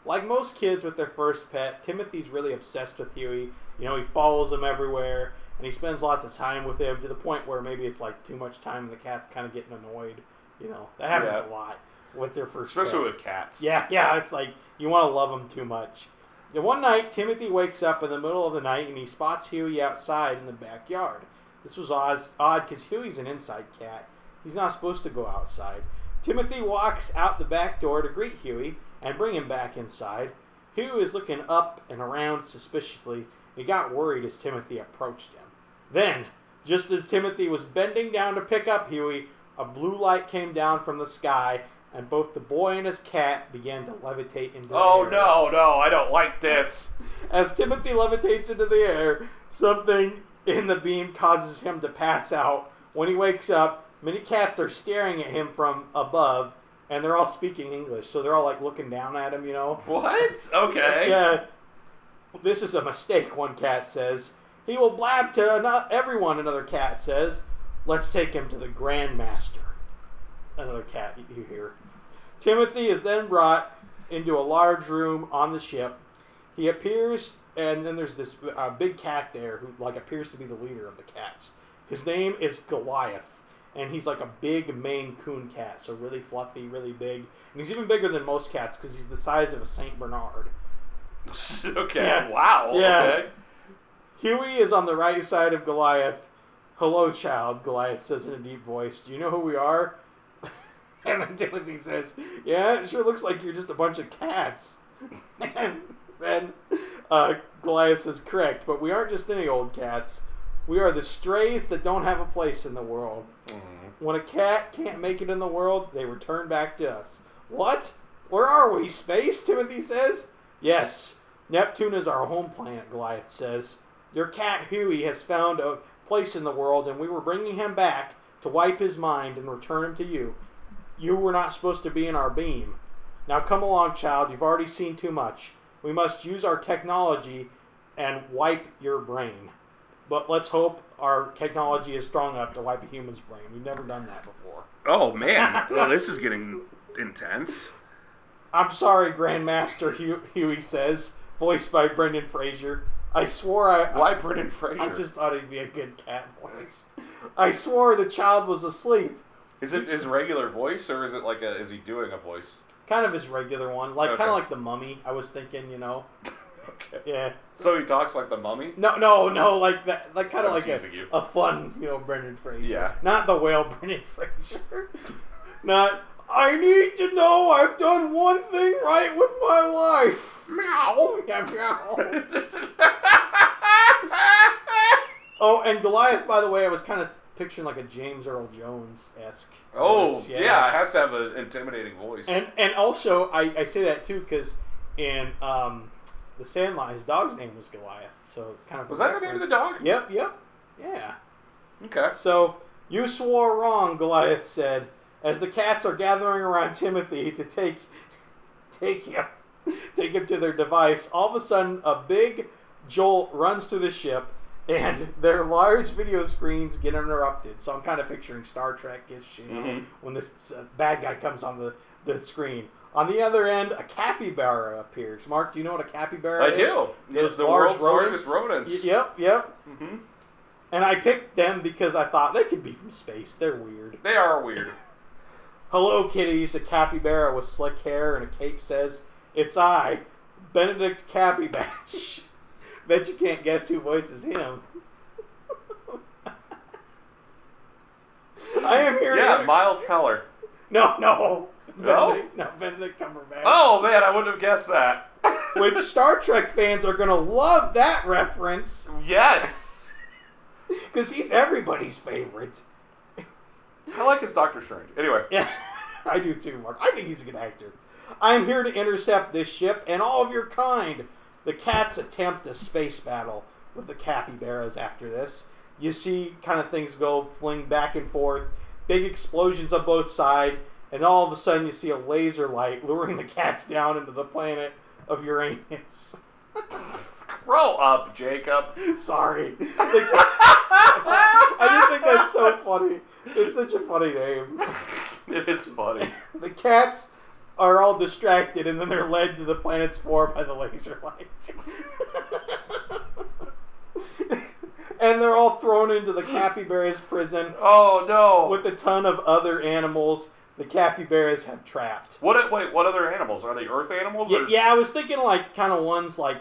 [SPEAKER 2] Like most kids with their first pet, Timothy's really obsessed with Huey. You know, he follows him everywhere and he spends lots of time with him to the point where maybe it's like too much time and the cat's kind of getting annoyed. You know, that happens
[SPEAKER 3] Yeah.
[SPEAKER 2] a lot with their first pet.
[SPEAKER 3] Especially with cats.
[SPEAKER 2] Yeah, yeah, it's like you want to love him too much. And one night, Timothy wakes up in the middle of the night and he spots Huey outside in the backyard. This was oz- odd because Huey's an inside cat. He's not supposed to go outside. Timothy walks out the back door to greet Huey and bring him back inside. Huey is looking up and around suspiciously. He got worried as Timothy approached him. Then, just as Timothy was bending down to pick up Huey, a blue light came down from the sky, and both the boy and his cat began to levitate into the
[SPEAKER 3] Oh,
[SPEAKER 2] air.
[SPEAKER 3] no, no. I don't like this.
[SPEAKER 2] As Timothy levitates into the air, something in the beam causes him to pass out. When he wakes up, many cats are staring at him from above, and they're all speaking English, so they're all like looking down at him, you know?
[SPEAKER 3] What? Okay.
[SPEAKER 2] Yeah. This is a mistake, one cat says. He will blab to ano- everyone, another cat says. Let's take him to the Grandmaster. Another cat you hear. Timothy is then brought into a large room on the ship. He appears, and then there's this uh, big cat there who like appears to be the leader of the cats. His name is Goliath, and he's like a big Maine Coon cat, so really fluffy, really big, and he's even bigger than most cats because he's the size of a Saint Bernard.
[SPEAKER 3] okay.
[SPEAKER 2] Yeah.
[SPEAKER 3] Wow.
[SPEAKER 2] Yeah.
[SPEAKER 3] Okay.
[SPEAKER 2] Huey is on the right side of Goliath. Hello, child, Goliath says in a deep voice. Do you know who we are? and then Timothy says, Yeah, it sure looks like you're just a bunch of cats. and then uh, Goliath says, Correct, but we aren't just any old cats. We are the strays that don't have a place in the world. When a cat can't make it in the world, they return back to us. What? Where are we? Space? Timothy says. Yes. Neptune is our home planet, Goliath says. Your cat Huey has found a place in the world, and we were bringing him back to wipe his mind and return him to you. You were not supposed to be in our beam. Now come along, child. You've already seen too much. We must use our technology and wipe your brain. But let's hope our technology is strong enough to wipe a human's brain. We've never done that before.
[SPEAKER 1] Oh man, well, this is getting intense.
[SPEAKER 2] I'm sorry, Grandmaster Hue- Huey says, voiced by Brendan Fraser. I swore I,
[SPEAKER 3] Why Brendan Fraser?
[SPEAKER 2] I just thought it'd be a good cat voice. I swore the child was asleep.
[SPEAKER 3] Is it his regular voice or is it like a? Is he doing a voice?
[SPEAKER 2] Kind of his regular one, like kind
[SPEAKER 3] Okay.
[SPEAKER 2] of like the mummy. I was thinking, you know,
[SPEAKER 3] Okay.
[SPEAKER 2] yeah.
[SPEAKER 3] So he talks like the mummy.
[SPEAKER 2] No, no, no, like that, like kind of
[SPEAKER 3] I'm
[SPEAKER 2] like a,
[SPEAKER 3] teasing you.
[SPEAKER 2] a fun, you know, Brendan Fraser.
[SPEAKER 3] Yeah.
[SPEAKER 2] Not the whale Brendan Fraser. Not, I need to know I've done one thing right with my life. Meow. Yeah, meow. oh, and Goliath, by the way, I was kind of picturing like a James Earl Jones esque.
[SPEAKER 3] Oh yeah. it has to have an intimidating voice.
[SPEAKER 2] And and also, I, I say that too because in um, the Sandlot, his dog's name was Goliath, so it's kind of a
[SPEAKER 3] Was that the name of the
[SPEAKER 2] reference.
[SPEAKER 3] dog?
[SPEAKER 2] Yep, yep, yeah.
[SPEAKER 3] okay.
[SPEAKER 2] So you swore wrong, Goliath said, as the cats are gathering around Timothy to take take him take him to their device. All of a sudden, a big jolt runs through the ship, and their large video screens get interrupted. So I'm kind of picturing Star Trek ish, you know, when this uh, bad guy comes on the, the screen. On the other end, a capybara appears. Mark, do you know what a capybara
[SPEAKER 3] I
[SPEAKER 2] is?
[SPEAKER 3] do.
[SPEAKER 2] Those
[SPEAKER 3] the
[SPEAKER 2] large
[SPEAKER 3] world's largest
[SPEAKER 2] rodents.
[SPEAKER 3] rodents.
[SPEAKER 2] Y- yep, yep.
[SPEAKER 3] Mhm.
[SPEAKER 2] And I picked them because I thought they could be from space. They're weird.
[SPEAKER 3] They are weird.
[SPEAKER 2] Hello, kitties. A capybara with slick hair and a cape says, It's I, Benedict Capybatch. Bet you can't guess who voices him. I am here
[SPEAKER 3] yeah,
[SPEAKER 2] to.
[SPEAKER 3] Miles Teller.
[SPEAKER 2] no, no.
[SPEAKER 3] No?
[SPEAKER 2] Benedict, no, Benedict Cumberbatch.
[SPEAKER 3] Oh man, I wouldn't have guessed that.
[SPEAKER 2] Which Star Trek fans are going to love that reference
[SPEAKER 3] yes.
[SPEAKER 2] because he's everybody's favorite.
[SPEAKER 3] I like his Doctor Strange. Anyway.
[SPEAKER 2] Yeah, I do too, Mark. I think he's a good actor. I am here to intercept this ship and all of your kind. The cats attempt a space battle with the capybaras after this. You see kind of things go fling back and forth, big explosions on both sides, and all of a sudden you see a laser light luring the cats down into the planet of Uranus.
[SPEAKER 1] Grow up, Jacob.
[SPEAKER 2] Sorry. Like, I just think that's so funny. It's such a funny name.
[SPEAKER 1] It is funny.
[SPEAKER 2] The cats are all distracted and then they're led to the planet's floor by the laser light. and they're all thrown into the capybara's prison
[SPEAKER 1] Oh no.
[SPEAKER 2] with a ton of other animals the capybaras have trapped.
[SPEAKER 1] what? Wait. What other animals? Are they Earth animals?
[SPEAKER 2] Yeah,
[SPEAKER 1] or?
[SPEAKER 2] yeah I was thinking like kind of ones like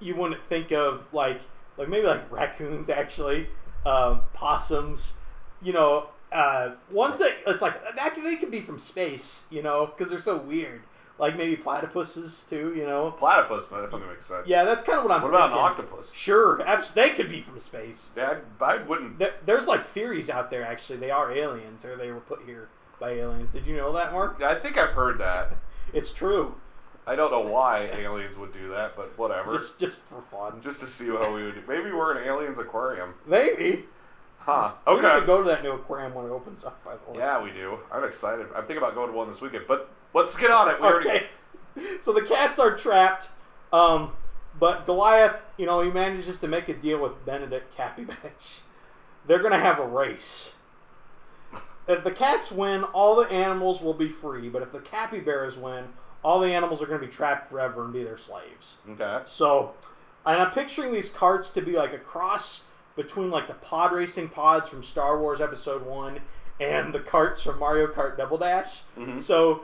[SPEAKER 2] you wouldn't think of like like maybe like raccoons actually, um, possums, you know, uh, ones that it's like that could- they could be from space, you know, because they're so weird. Like maybe platypuses too, you know.
[SPEAKER 1] Platypus, but that fucking makes sense.
[SPEAKER 2] Yeah, that's kind of what I'm.
[SPEAKER 1] What about an
[SPEAKER 2] thinking.
[SPEAKER 1] octopus?
[SPEAKER 2] Sure, abs- they could be from space.
[SPEAKER 1] That I wouldn't.
[SPEAKER 2] There- There's like theories out there. Actually, they are aliens, or they were put here by aliens. Did you know that, Mark?
[SPEAKER 1] I think I've heard that.
[SPEAKER 2] It's true.
[SPEAKER 1] I don't know why aliens would do that, but whatever.
[SPEAKER 2] Just just for fun.
[SPEAKER 1] Just to see how we would. Maybe we're an aliens aquarium.
[SPEAKER 2] Maybe.
[SPEAKER 1] Huh.
[SPEAKER 2] We need to
[SPEAKER 1] Okay.
[SPEAKER 2] go to that new aquarium when it opens up, by the way.
[SPEAKER 1] Yeah, we do. I'm excited. I'm thinking about going to one this weekend, but let's get on it. We already-
[SPEAKER 2] Okay. So the cats are trapped, um, but Goliath, you know, he manages to make a deal with Benedict Capybetch. They're going to have a race. If the cats win, all the animals will be free, but if the capybaras win, all the animals are going to be trapped forever and be their slaves.
[SPEAKER 1] Okay.
[SPEAKER 2] So, and I'm picturing these carts to be like a cross between like the pod racing pods from Star Wars Episode One and the carts from Mario Kart Double Dash.
[SPEAKER 1] Mm-hmm.
[SPEAKER 2] So,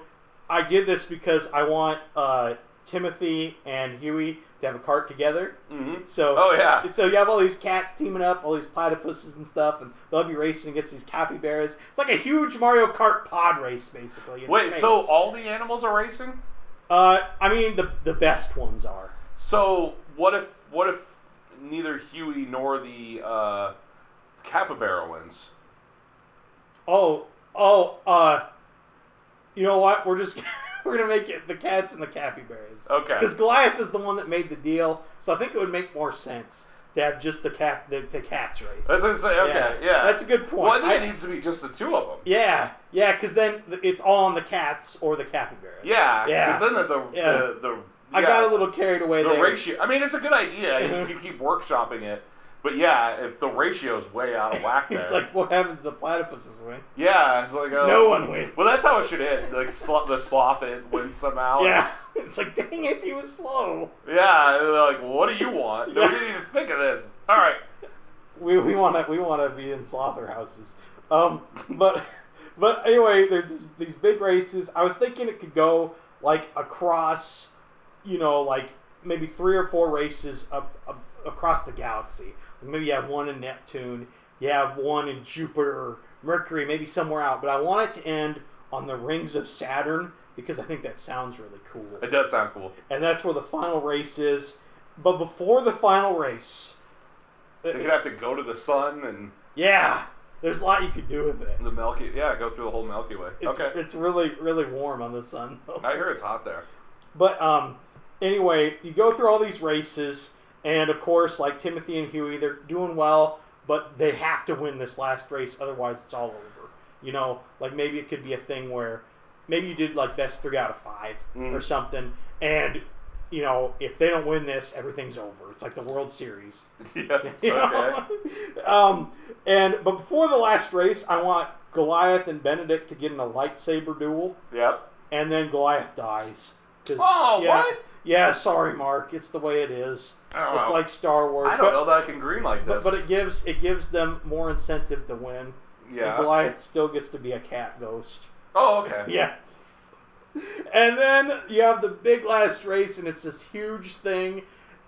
[SPEAKER 2] I did this because I want uh, Timothy and Huey to have a cart together.
[SPEAKER 1] Mm-hmm.
[SPEAKER 2] So,
[SPEAKER 1] Oh yeah.
[SPEAKER 2] so you have all these cats teaming up, all these platypuses and stuff, and they'll be racing against these capybaras. It's like a huge Mario Kart pod race, basically. in
[SPEAKER 1] Wait.
[SPEAKER 2] space.
[SPEAKER 1] So all the animals are racing?
[SPEAKER 2] uh, I mean, the the best ones are.
[SPEAKER 1] So what if what if neither Huey nor the uh, capybara wins?
[SPEAKER 2] Oh, oh, uh, you know what? We're just we're gonna make it the cats and the capybaras.
[SPEAKER 1] Okay.
[SPEAKER 2] Because Goliath is the one that made the deal, so I think it would make more sense to have just the cap the, the cats race.
[SPEAKER 1] That's what I say. Okay. Yeah.
[SPEAKER 2] that's a good point.
[SPEAKER 1] Well, I think
[SPEAKER 2] I-
[SPEAKER 1] it needs to be just the two of them.
[SPEAKER 2] yeah, yeah, because then th- it's all on the cats or the capybaras.
[SPEAKER 1] Yeah.
[SPEAKER 2] Yeah.
[SPEAKER 1] Because then the the,
[SPEAKER 2] Yeah.
[SPEAKER 1] the, the
[SPEAKER 2] I
[SPEAKER 1] yeah,
[SPEAKER 2] got a little carried away
[SPEAKER 1] the
[SPEAKER 2] there.
[SPEAKER 1] ratio. I mean, it's a good idea.
[SPEAKER 2] Mhm.
[SPEAKER 1] You can keep workshopping it. But yeah, if the ratio's way out of whack, there.
[SPEAKER 2] it's like what happens to the platypuses win?
[SPEAKER 1] yeah, it's like uh,
[SPEAKER 2] no one wins.
[SPEAKER 1] Well, that's how it should end. Like sl- the sloth it wins somehow.
[SPEAKER 2] yeah. It's like dang it, he was slow.
[SPEAKER 1] Yeah. and they're like, what do you want?
[SPEAKER 2] Yeah.
[SPEAKER 1] We didn't even think of this. All right.
[SPEAKER 2] we we want to we want to be in slaughterhouses, Um, but but anyway, there's this, these big races. I was thinking it could go like across, you know, like maybe three or four races up, up across the galaxy. Maybe you have one in Neptune, you have one in Jupiter, Mercury, maybe somewhere out. But I want it to end on the rings of Saturn because I think that sounds really cool
[SPEAKER 1] It does sound cool.
[SPEAKER 2] and that's where the final race is. But before the final race,
[SPEAKER 1] They could have to go to the sun and
[SPEAKER 2] yeah, there's a lot you could do with it.
[SPEAKER 1] the Milky. Yeah, go through the whole Milky Way.
[SPEAKER 2] It's,
[SPEAKER 1] okay.
[SPEAKER 2] it's really really warm on the sun. though.
[SPEAKER 1] I hear it's hot there.
[SPEAKER 2] But um, anyway, you go through all these races, and of course, like Timothy and Huey, they're doing well, but they have to win this last race, otherwise it's all over. You know, like maybe it could be a thing where maybe you did like best three out of five
[SPEAKER 1] Mm.
[SPEAKER 2] or something, and you know if they don't win this, everything's over. It's like the World Series.
[SPEAKER 1] yeah. Okay.
[SPEAKER 2] You know? um, and but before the last race, I want Goliath and Benedict to get in a lightsaber duel
[SPEAKER 1] Yep.
[SPEAKER 2] and then Goliath dies. 'Cause-
[SPEAKER 1] Oh,
[SPEAKER 2] yeah,
[SPEAKER 1] what? Oh,
[SPEAKER 2] Yeah, sorry, Mark. It's the way it is.
[SPEAKER 1] I don't
[SPEAKER 2] It's
[SPEAKER 1] know.
[SPEAKER 2] like Star Wars.
[SPEAKER 1] I don't
[SPEAKER 2] but,
[SPEAKER 1] know that I can green like this.
[SPEAKER 2] But, but it gives it gives them more incentive to win.
[SPEAKER 1] yeah.
[SPEAKER 2] And Goliath still gets to be a cat ghost.
[SPEAKER 1] oh, okay.
[SPEAKER 2] Yeah. And then you have the big last race, and it's this huge thing.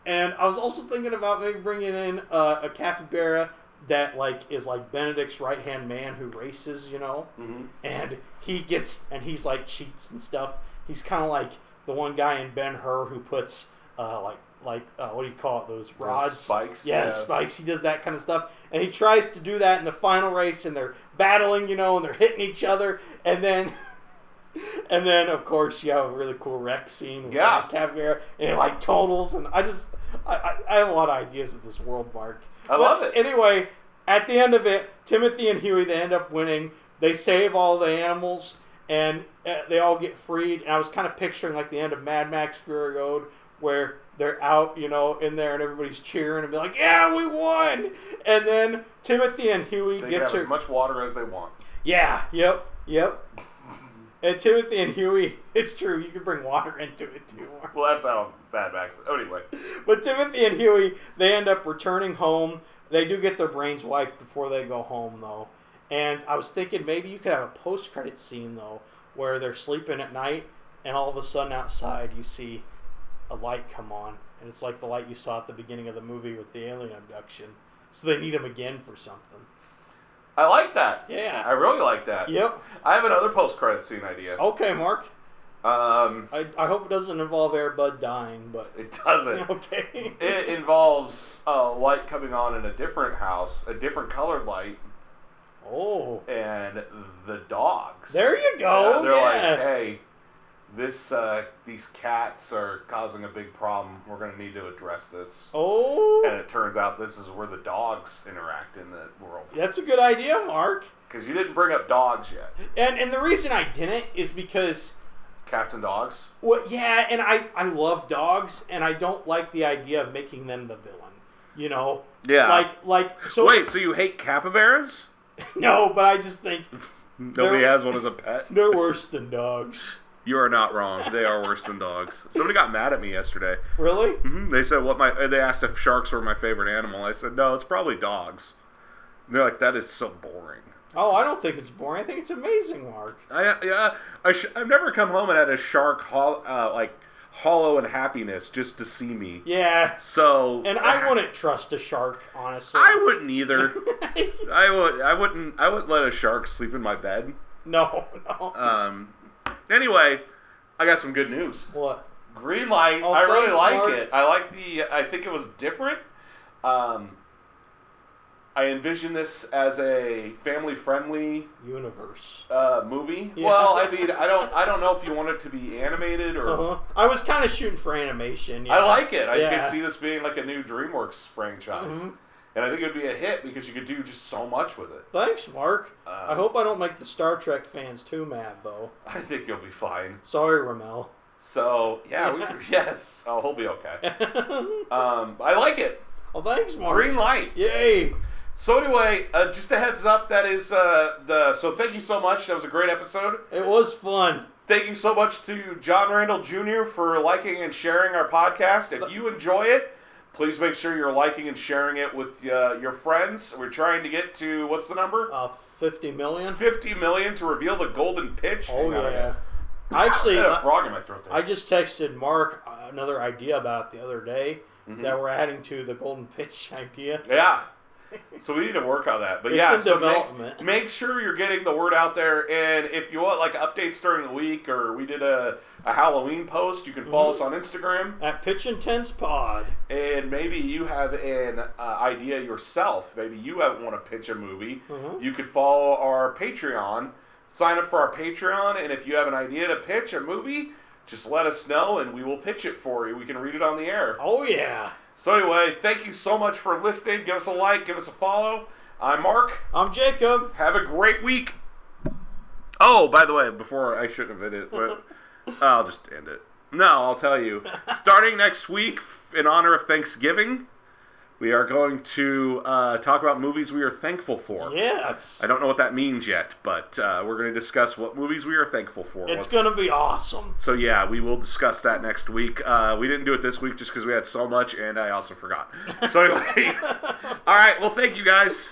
[SPEAKER 2] And I was also thinking about maybe bringing in uh, a capybara that like is like Benedict's right hand man who races, you know
[SPEAKER 1] hmm
[SPEAKER 2] and he gets and he's like cheats and stuff. He's kind of like the one guy in Ben Hur who puts uh, like like uh, what do you call it? Those rods,
[SPEAKER 1] spikes,
[SPEAKER 2] Yeah,
[SPEAKER 1] yeah.
[SPEAKER 2] spikes. He does that kind of stuff, and he tries to do that in the final race, and they're battling, you know, and they're hitting each other, and then. And then, of course, you have a really cool wreck scene with
[SPEAKER 1] Yeah.
[SPEAKER 2] Caviar, and it like totals. And I just, I, I, I have a lot of ideas of this world, Mark.
[SPEAKER 1] I love it.
[SPEAKER 2] Anyway, at the end of it, Timothy and Huey they end up winning. They save all the animals and uh, they all get freed. And I was kind of picturing like the end of Mad Max Fury Road where they're out, you know, in there and everybody's cheering and be like, "Yeah, we won!" And then Timothy and Huey
[SPEAKER 1] They can
[SPEAKER 2] get
[SPEAKER 1] have
[SPEAKER 2] to
[SPEAKER 1] as much water as they want.
[SPEAKER 2] yeah, yep, yep. And Timothy and Huey, it's true. You could bring water into it too.
[SPEAKER 1] Well, that's how Bad Max. Oh, anyway,
[SPEAKER 2] But Timothy and Huey, they end up returning home. They do get their brains wiped before they go home, though. And I was thinking maybe you could have a post credit scene, though, where they're sleeping at night, and all of a sudden outside you see a light come on. And it's like the light you saw at the beginning of the movie with the alien abduction. So they need him again for something.
[SPEAKER 1] I like that.
[SPEAKER 2] Yeah.
[SPEAKER 1] I really like that.
[SPEAKER 2] Yep.
[SPEAKER 1] I have another post-credit scene idea.
[SPEAKER 2] Okay, Mark.
[SPEAKER 1] Um,
[SPEAKER 2] I, I hope it doesn't involve Airbud dying, but.
[SPEAKER 1] it doesn't.
[SPEAKER 2] Okay.
[SPEAKER 1] It involves a light coming on in a different house, a different colored light,
[SPEAKER 2] oh.
[SPEAKER 1] and the dogs.
[SPEAKER 2] There you go.
[SPEAKER 1] Uh, they're
[SPEAKER 2] yeah.
[SPEAKER 1] like, hey, this uh, these cats are causing a big problem. We're gonna need to address this.
[SPEAKER 2] Oh.
[SPEAKER 1] And it turns out this is where the dogs interact in the world.
[SPEAKER 2] That's a good idea, Mark.
[SPEAKER 1] Because you didn't bring up dogs yet.
[SPEAKER 2] And and the reason I didn't is because
[SPEAKER 1] Cats and dogs.
[SPEAKER 2] well, yeah, and I I love dogs and I don't like the idea of making them the villain. You know.
[SPEAKER 4] Yeah.
[SPEAKER 2] Like like so
[SPEAKER 4] Wait, so you hate capybaras?
[SPEAKER 2] no, but I just think
[SPEAKER 4] Nobody
[SPEAKER 2] They're-
[SPEAKER 4] has one as a pet.
[SPEAKER 2] they're worse than dogs.
[SPEAKER 4] You are not wrong. They are worse than dogs. Somebody got mad at me yesterday.
[SPEAKER 2] Really?
[SPEAKER 4] Mhm. They said what my they asked if sharks were my favorite animal. I said no, it's probably dogs. And they're like that is so boring.
[SPEAKER 2] Oh, I don't think it's boring. I think it's amazing, Mark.
[SPEAKER 4] I yeah, I sh- I've never come home and had a shark hol- uh, like hollow in happiness just to see me.
[SPEAKER 2] Yeah.
[SPEAKER 4] So
[SPEAKER 2] And I wouldn't trust a shark, honestly.
[SPEAKER 4] I wouldn't either. I would I wouldn't I wouldn't let a shark sleep in my bed.
[SPEAKER 2] no, no.
[SPEAKER 4] Um. Anyway, I got some good news.
[SPEAKER 2] what?
[SPEAKER 1] Green light.
[SPEAKER 2] Oh,
[SPEAKER 1] I really
[SPEAKER 2] thanks,
[SPEAKER 1] like
[SPEAKER 2] Mark.
[SPEAKER 1] it. I like the. I think it was different. Um, I envision this as a family-friendly
[SPEAKER 2] Universe.
[SPEAKER 1] uh, movie.
[SPEAKER 2] Yeah.
[SPEAKER 1] Well, I mean, I don't. I don't know if you want it to be animated or.
[SPEAKER 2] Uh-huh. I was kind of shooting for animation. you
[SPEAKER 1] I
[SPEAKER 2] know?
[SPEAKER 1] like it. I
[SPEAKER 2] Yeah.
[SPEAKER 1] could see this being like a new DreamWorks franchise,
[SPEAKER 2] Mhm.
[SPEAKER 1] and I think it would be a hit because you could do just so much with it.
[SPEAKER 2] Thanks, Mark. I
[SPEAKER 4] Uh.
[SPEAKER 1] Um,
[SPEAKER 2] hope I don't make the Star Trek fans too mad, though.
[SPEAKER 1] I think you'll be fine.
[SPEAKER 2] Sorry, Ramel.
[SPEAKER 1] So yeah, we, yes. Oh, he'll be okay. Um, I like it.
[SPEAKER 2] well, thanks, Mark.
[SPEAKER 1] Green light.
[SPEAKER 2] Yay!
[SPEAKER 1] So anyway, uh, just a heads up. That is uh, the. So thank you so much. That was a great episode.
[SPEAKER 2] It was fun.
[SPEAKER 1] Thank you so much to John Randall Jr. for liking and sharing our podcast. If you enjoy it, please make sure you're liking and sharing it with uh, your friends. We're trying to get to what's the number?
[SPEAKER 2] Uh, 50 million?
[SPEAKER 1] 50 million to reveal the golden pitch.
[SPEAKER 2] Oh,
[SPEAKER 1] Hang on, I
[SPEAKER 2] yeah.
[SPEAKER 1] got-
[SPEAKER 2] I
[SPEAKER 1] I
[SPEAKER 2] actually,
[SPEAKER 1] got a
[SPEAKER 2] I
[SPEAKER 1] frog in my throat there.
[SPEAKER 2] I just texted Mark uh, another idea about it the other day
[SPEAKER 4] Mm-hmm.
[SPEAKER 2] that we're adding to the Golden Pitch idea.
[SPEAKER 1] Yeah. So we need to work on that. But
[SPEAKER 2] It's
[SPEAKER 1] yeah,
[SPEAKER 2] in
[SPEAKER 1] so make-
[SPEAKER 2] development.
[SPEAKER 1] Make, sure you're getting the word out there. And if you want like updates during the week or we did a, a Halloween post, you can follow
[SPEAKER 2] Mm-hmm.
[SPEAKER 1] us on Instagram.
[SPEAKER 2] At Pitch Intense Pod.
[SPEAKER 1] And maybe you have an uh, idea yourself. Maybe you have, want to pitch a movie.
[SPEAKER 2] Mhm.
[SPEAKER 1] You could follow our Patreon, sign up for our Patreon, and if you have an idea to pitch a movie, just let us know and we will pitch it for you. We can read it on the air.
[SPEAKER 2] Oh, yeah.
[SPEAKER 1] So anyway, thank you so much for listening. Give us a like, give us a follow. I'm Mark.
[SPEAKER 2] I'm Jacob.
[SPEAKER 1] Have a great week.
[SPEAKER 4] Oh, by the way, before I shouldn't have hit it, but I'll just end it. No, I'll tell you. Starting next week, in honor of Thanksgiving, we are going to uh, talk about movies we are thankful for.
[SPEAKER 2] Yes.
[SPEAKER 4] I don't know what that means yet, but uh, we're going to discuss what movies we are thankful for.
[SPEAKER 2] It's
[SPEAKER 4] What's-
[SPEAKER 2] going to be awesome.
[SPEAKER 4] So yeah, we will discuss that next week. Uh, we didn't do it this week just because we had so much, and I also forgot. So anyway, all right. Well, thank you guys.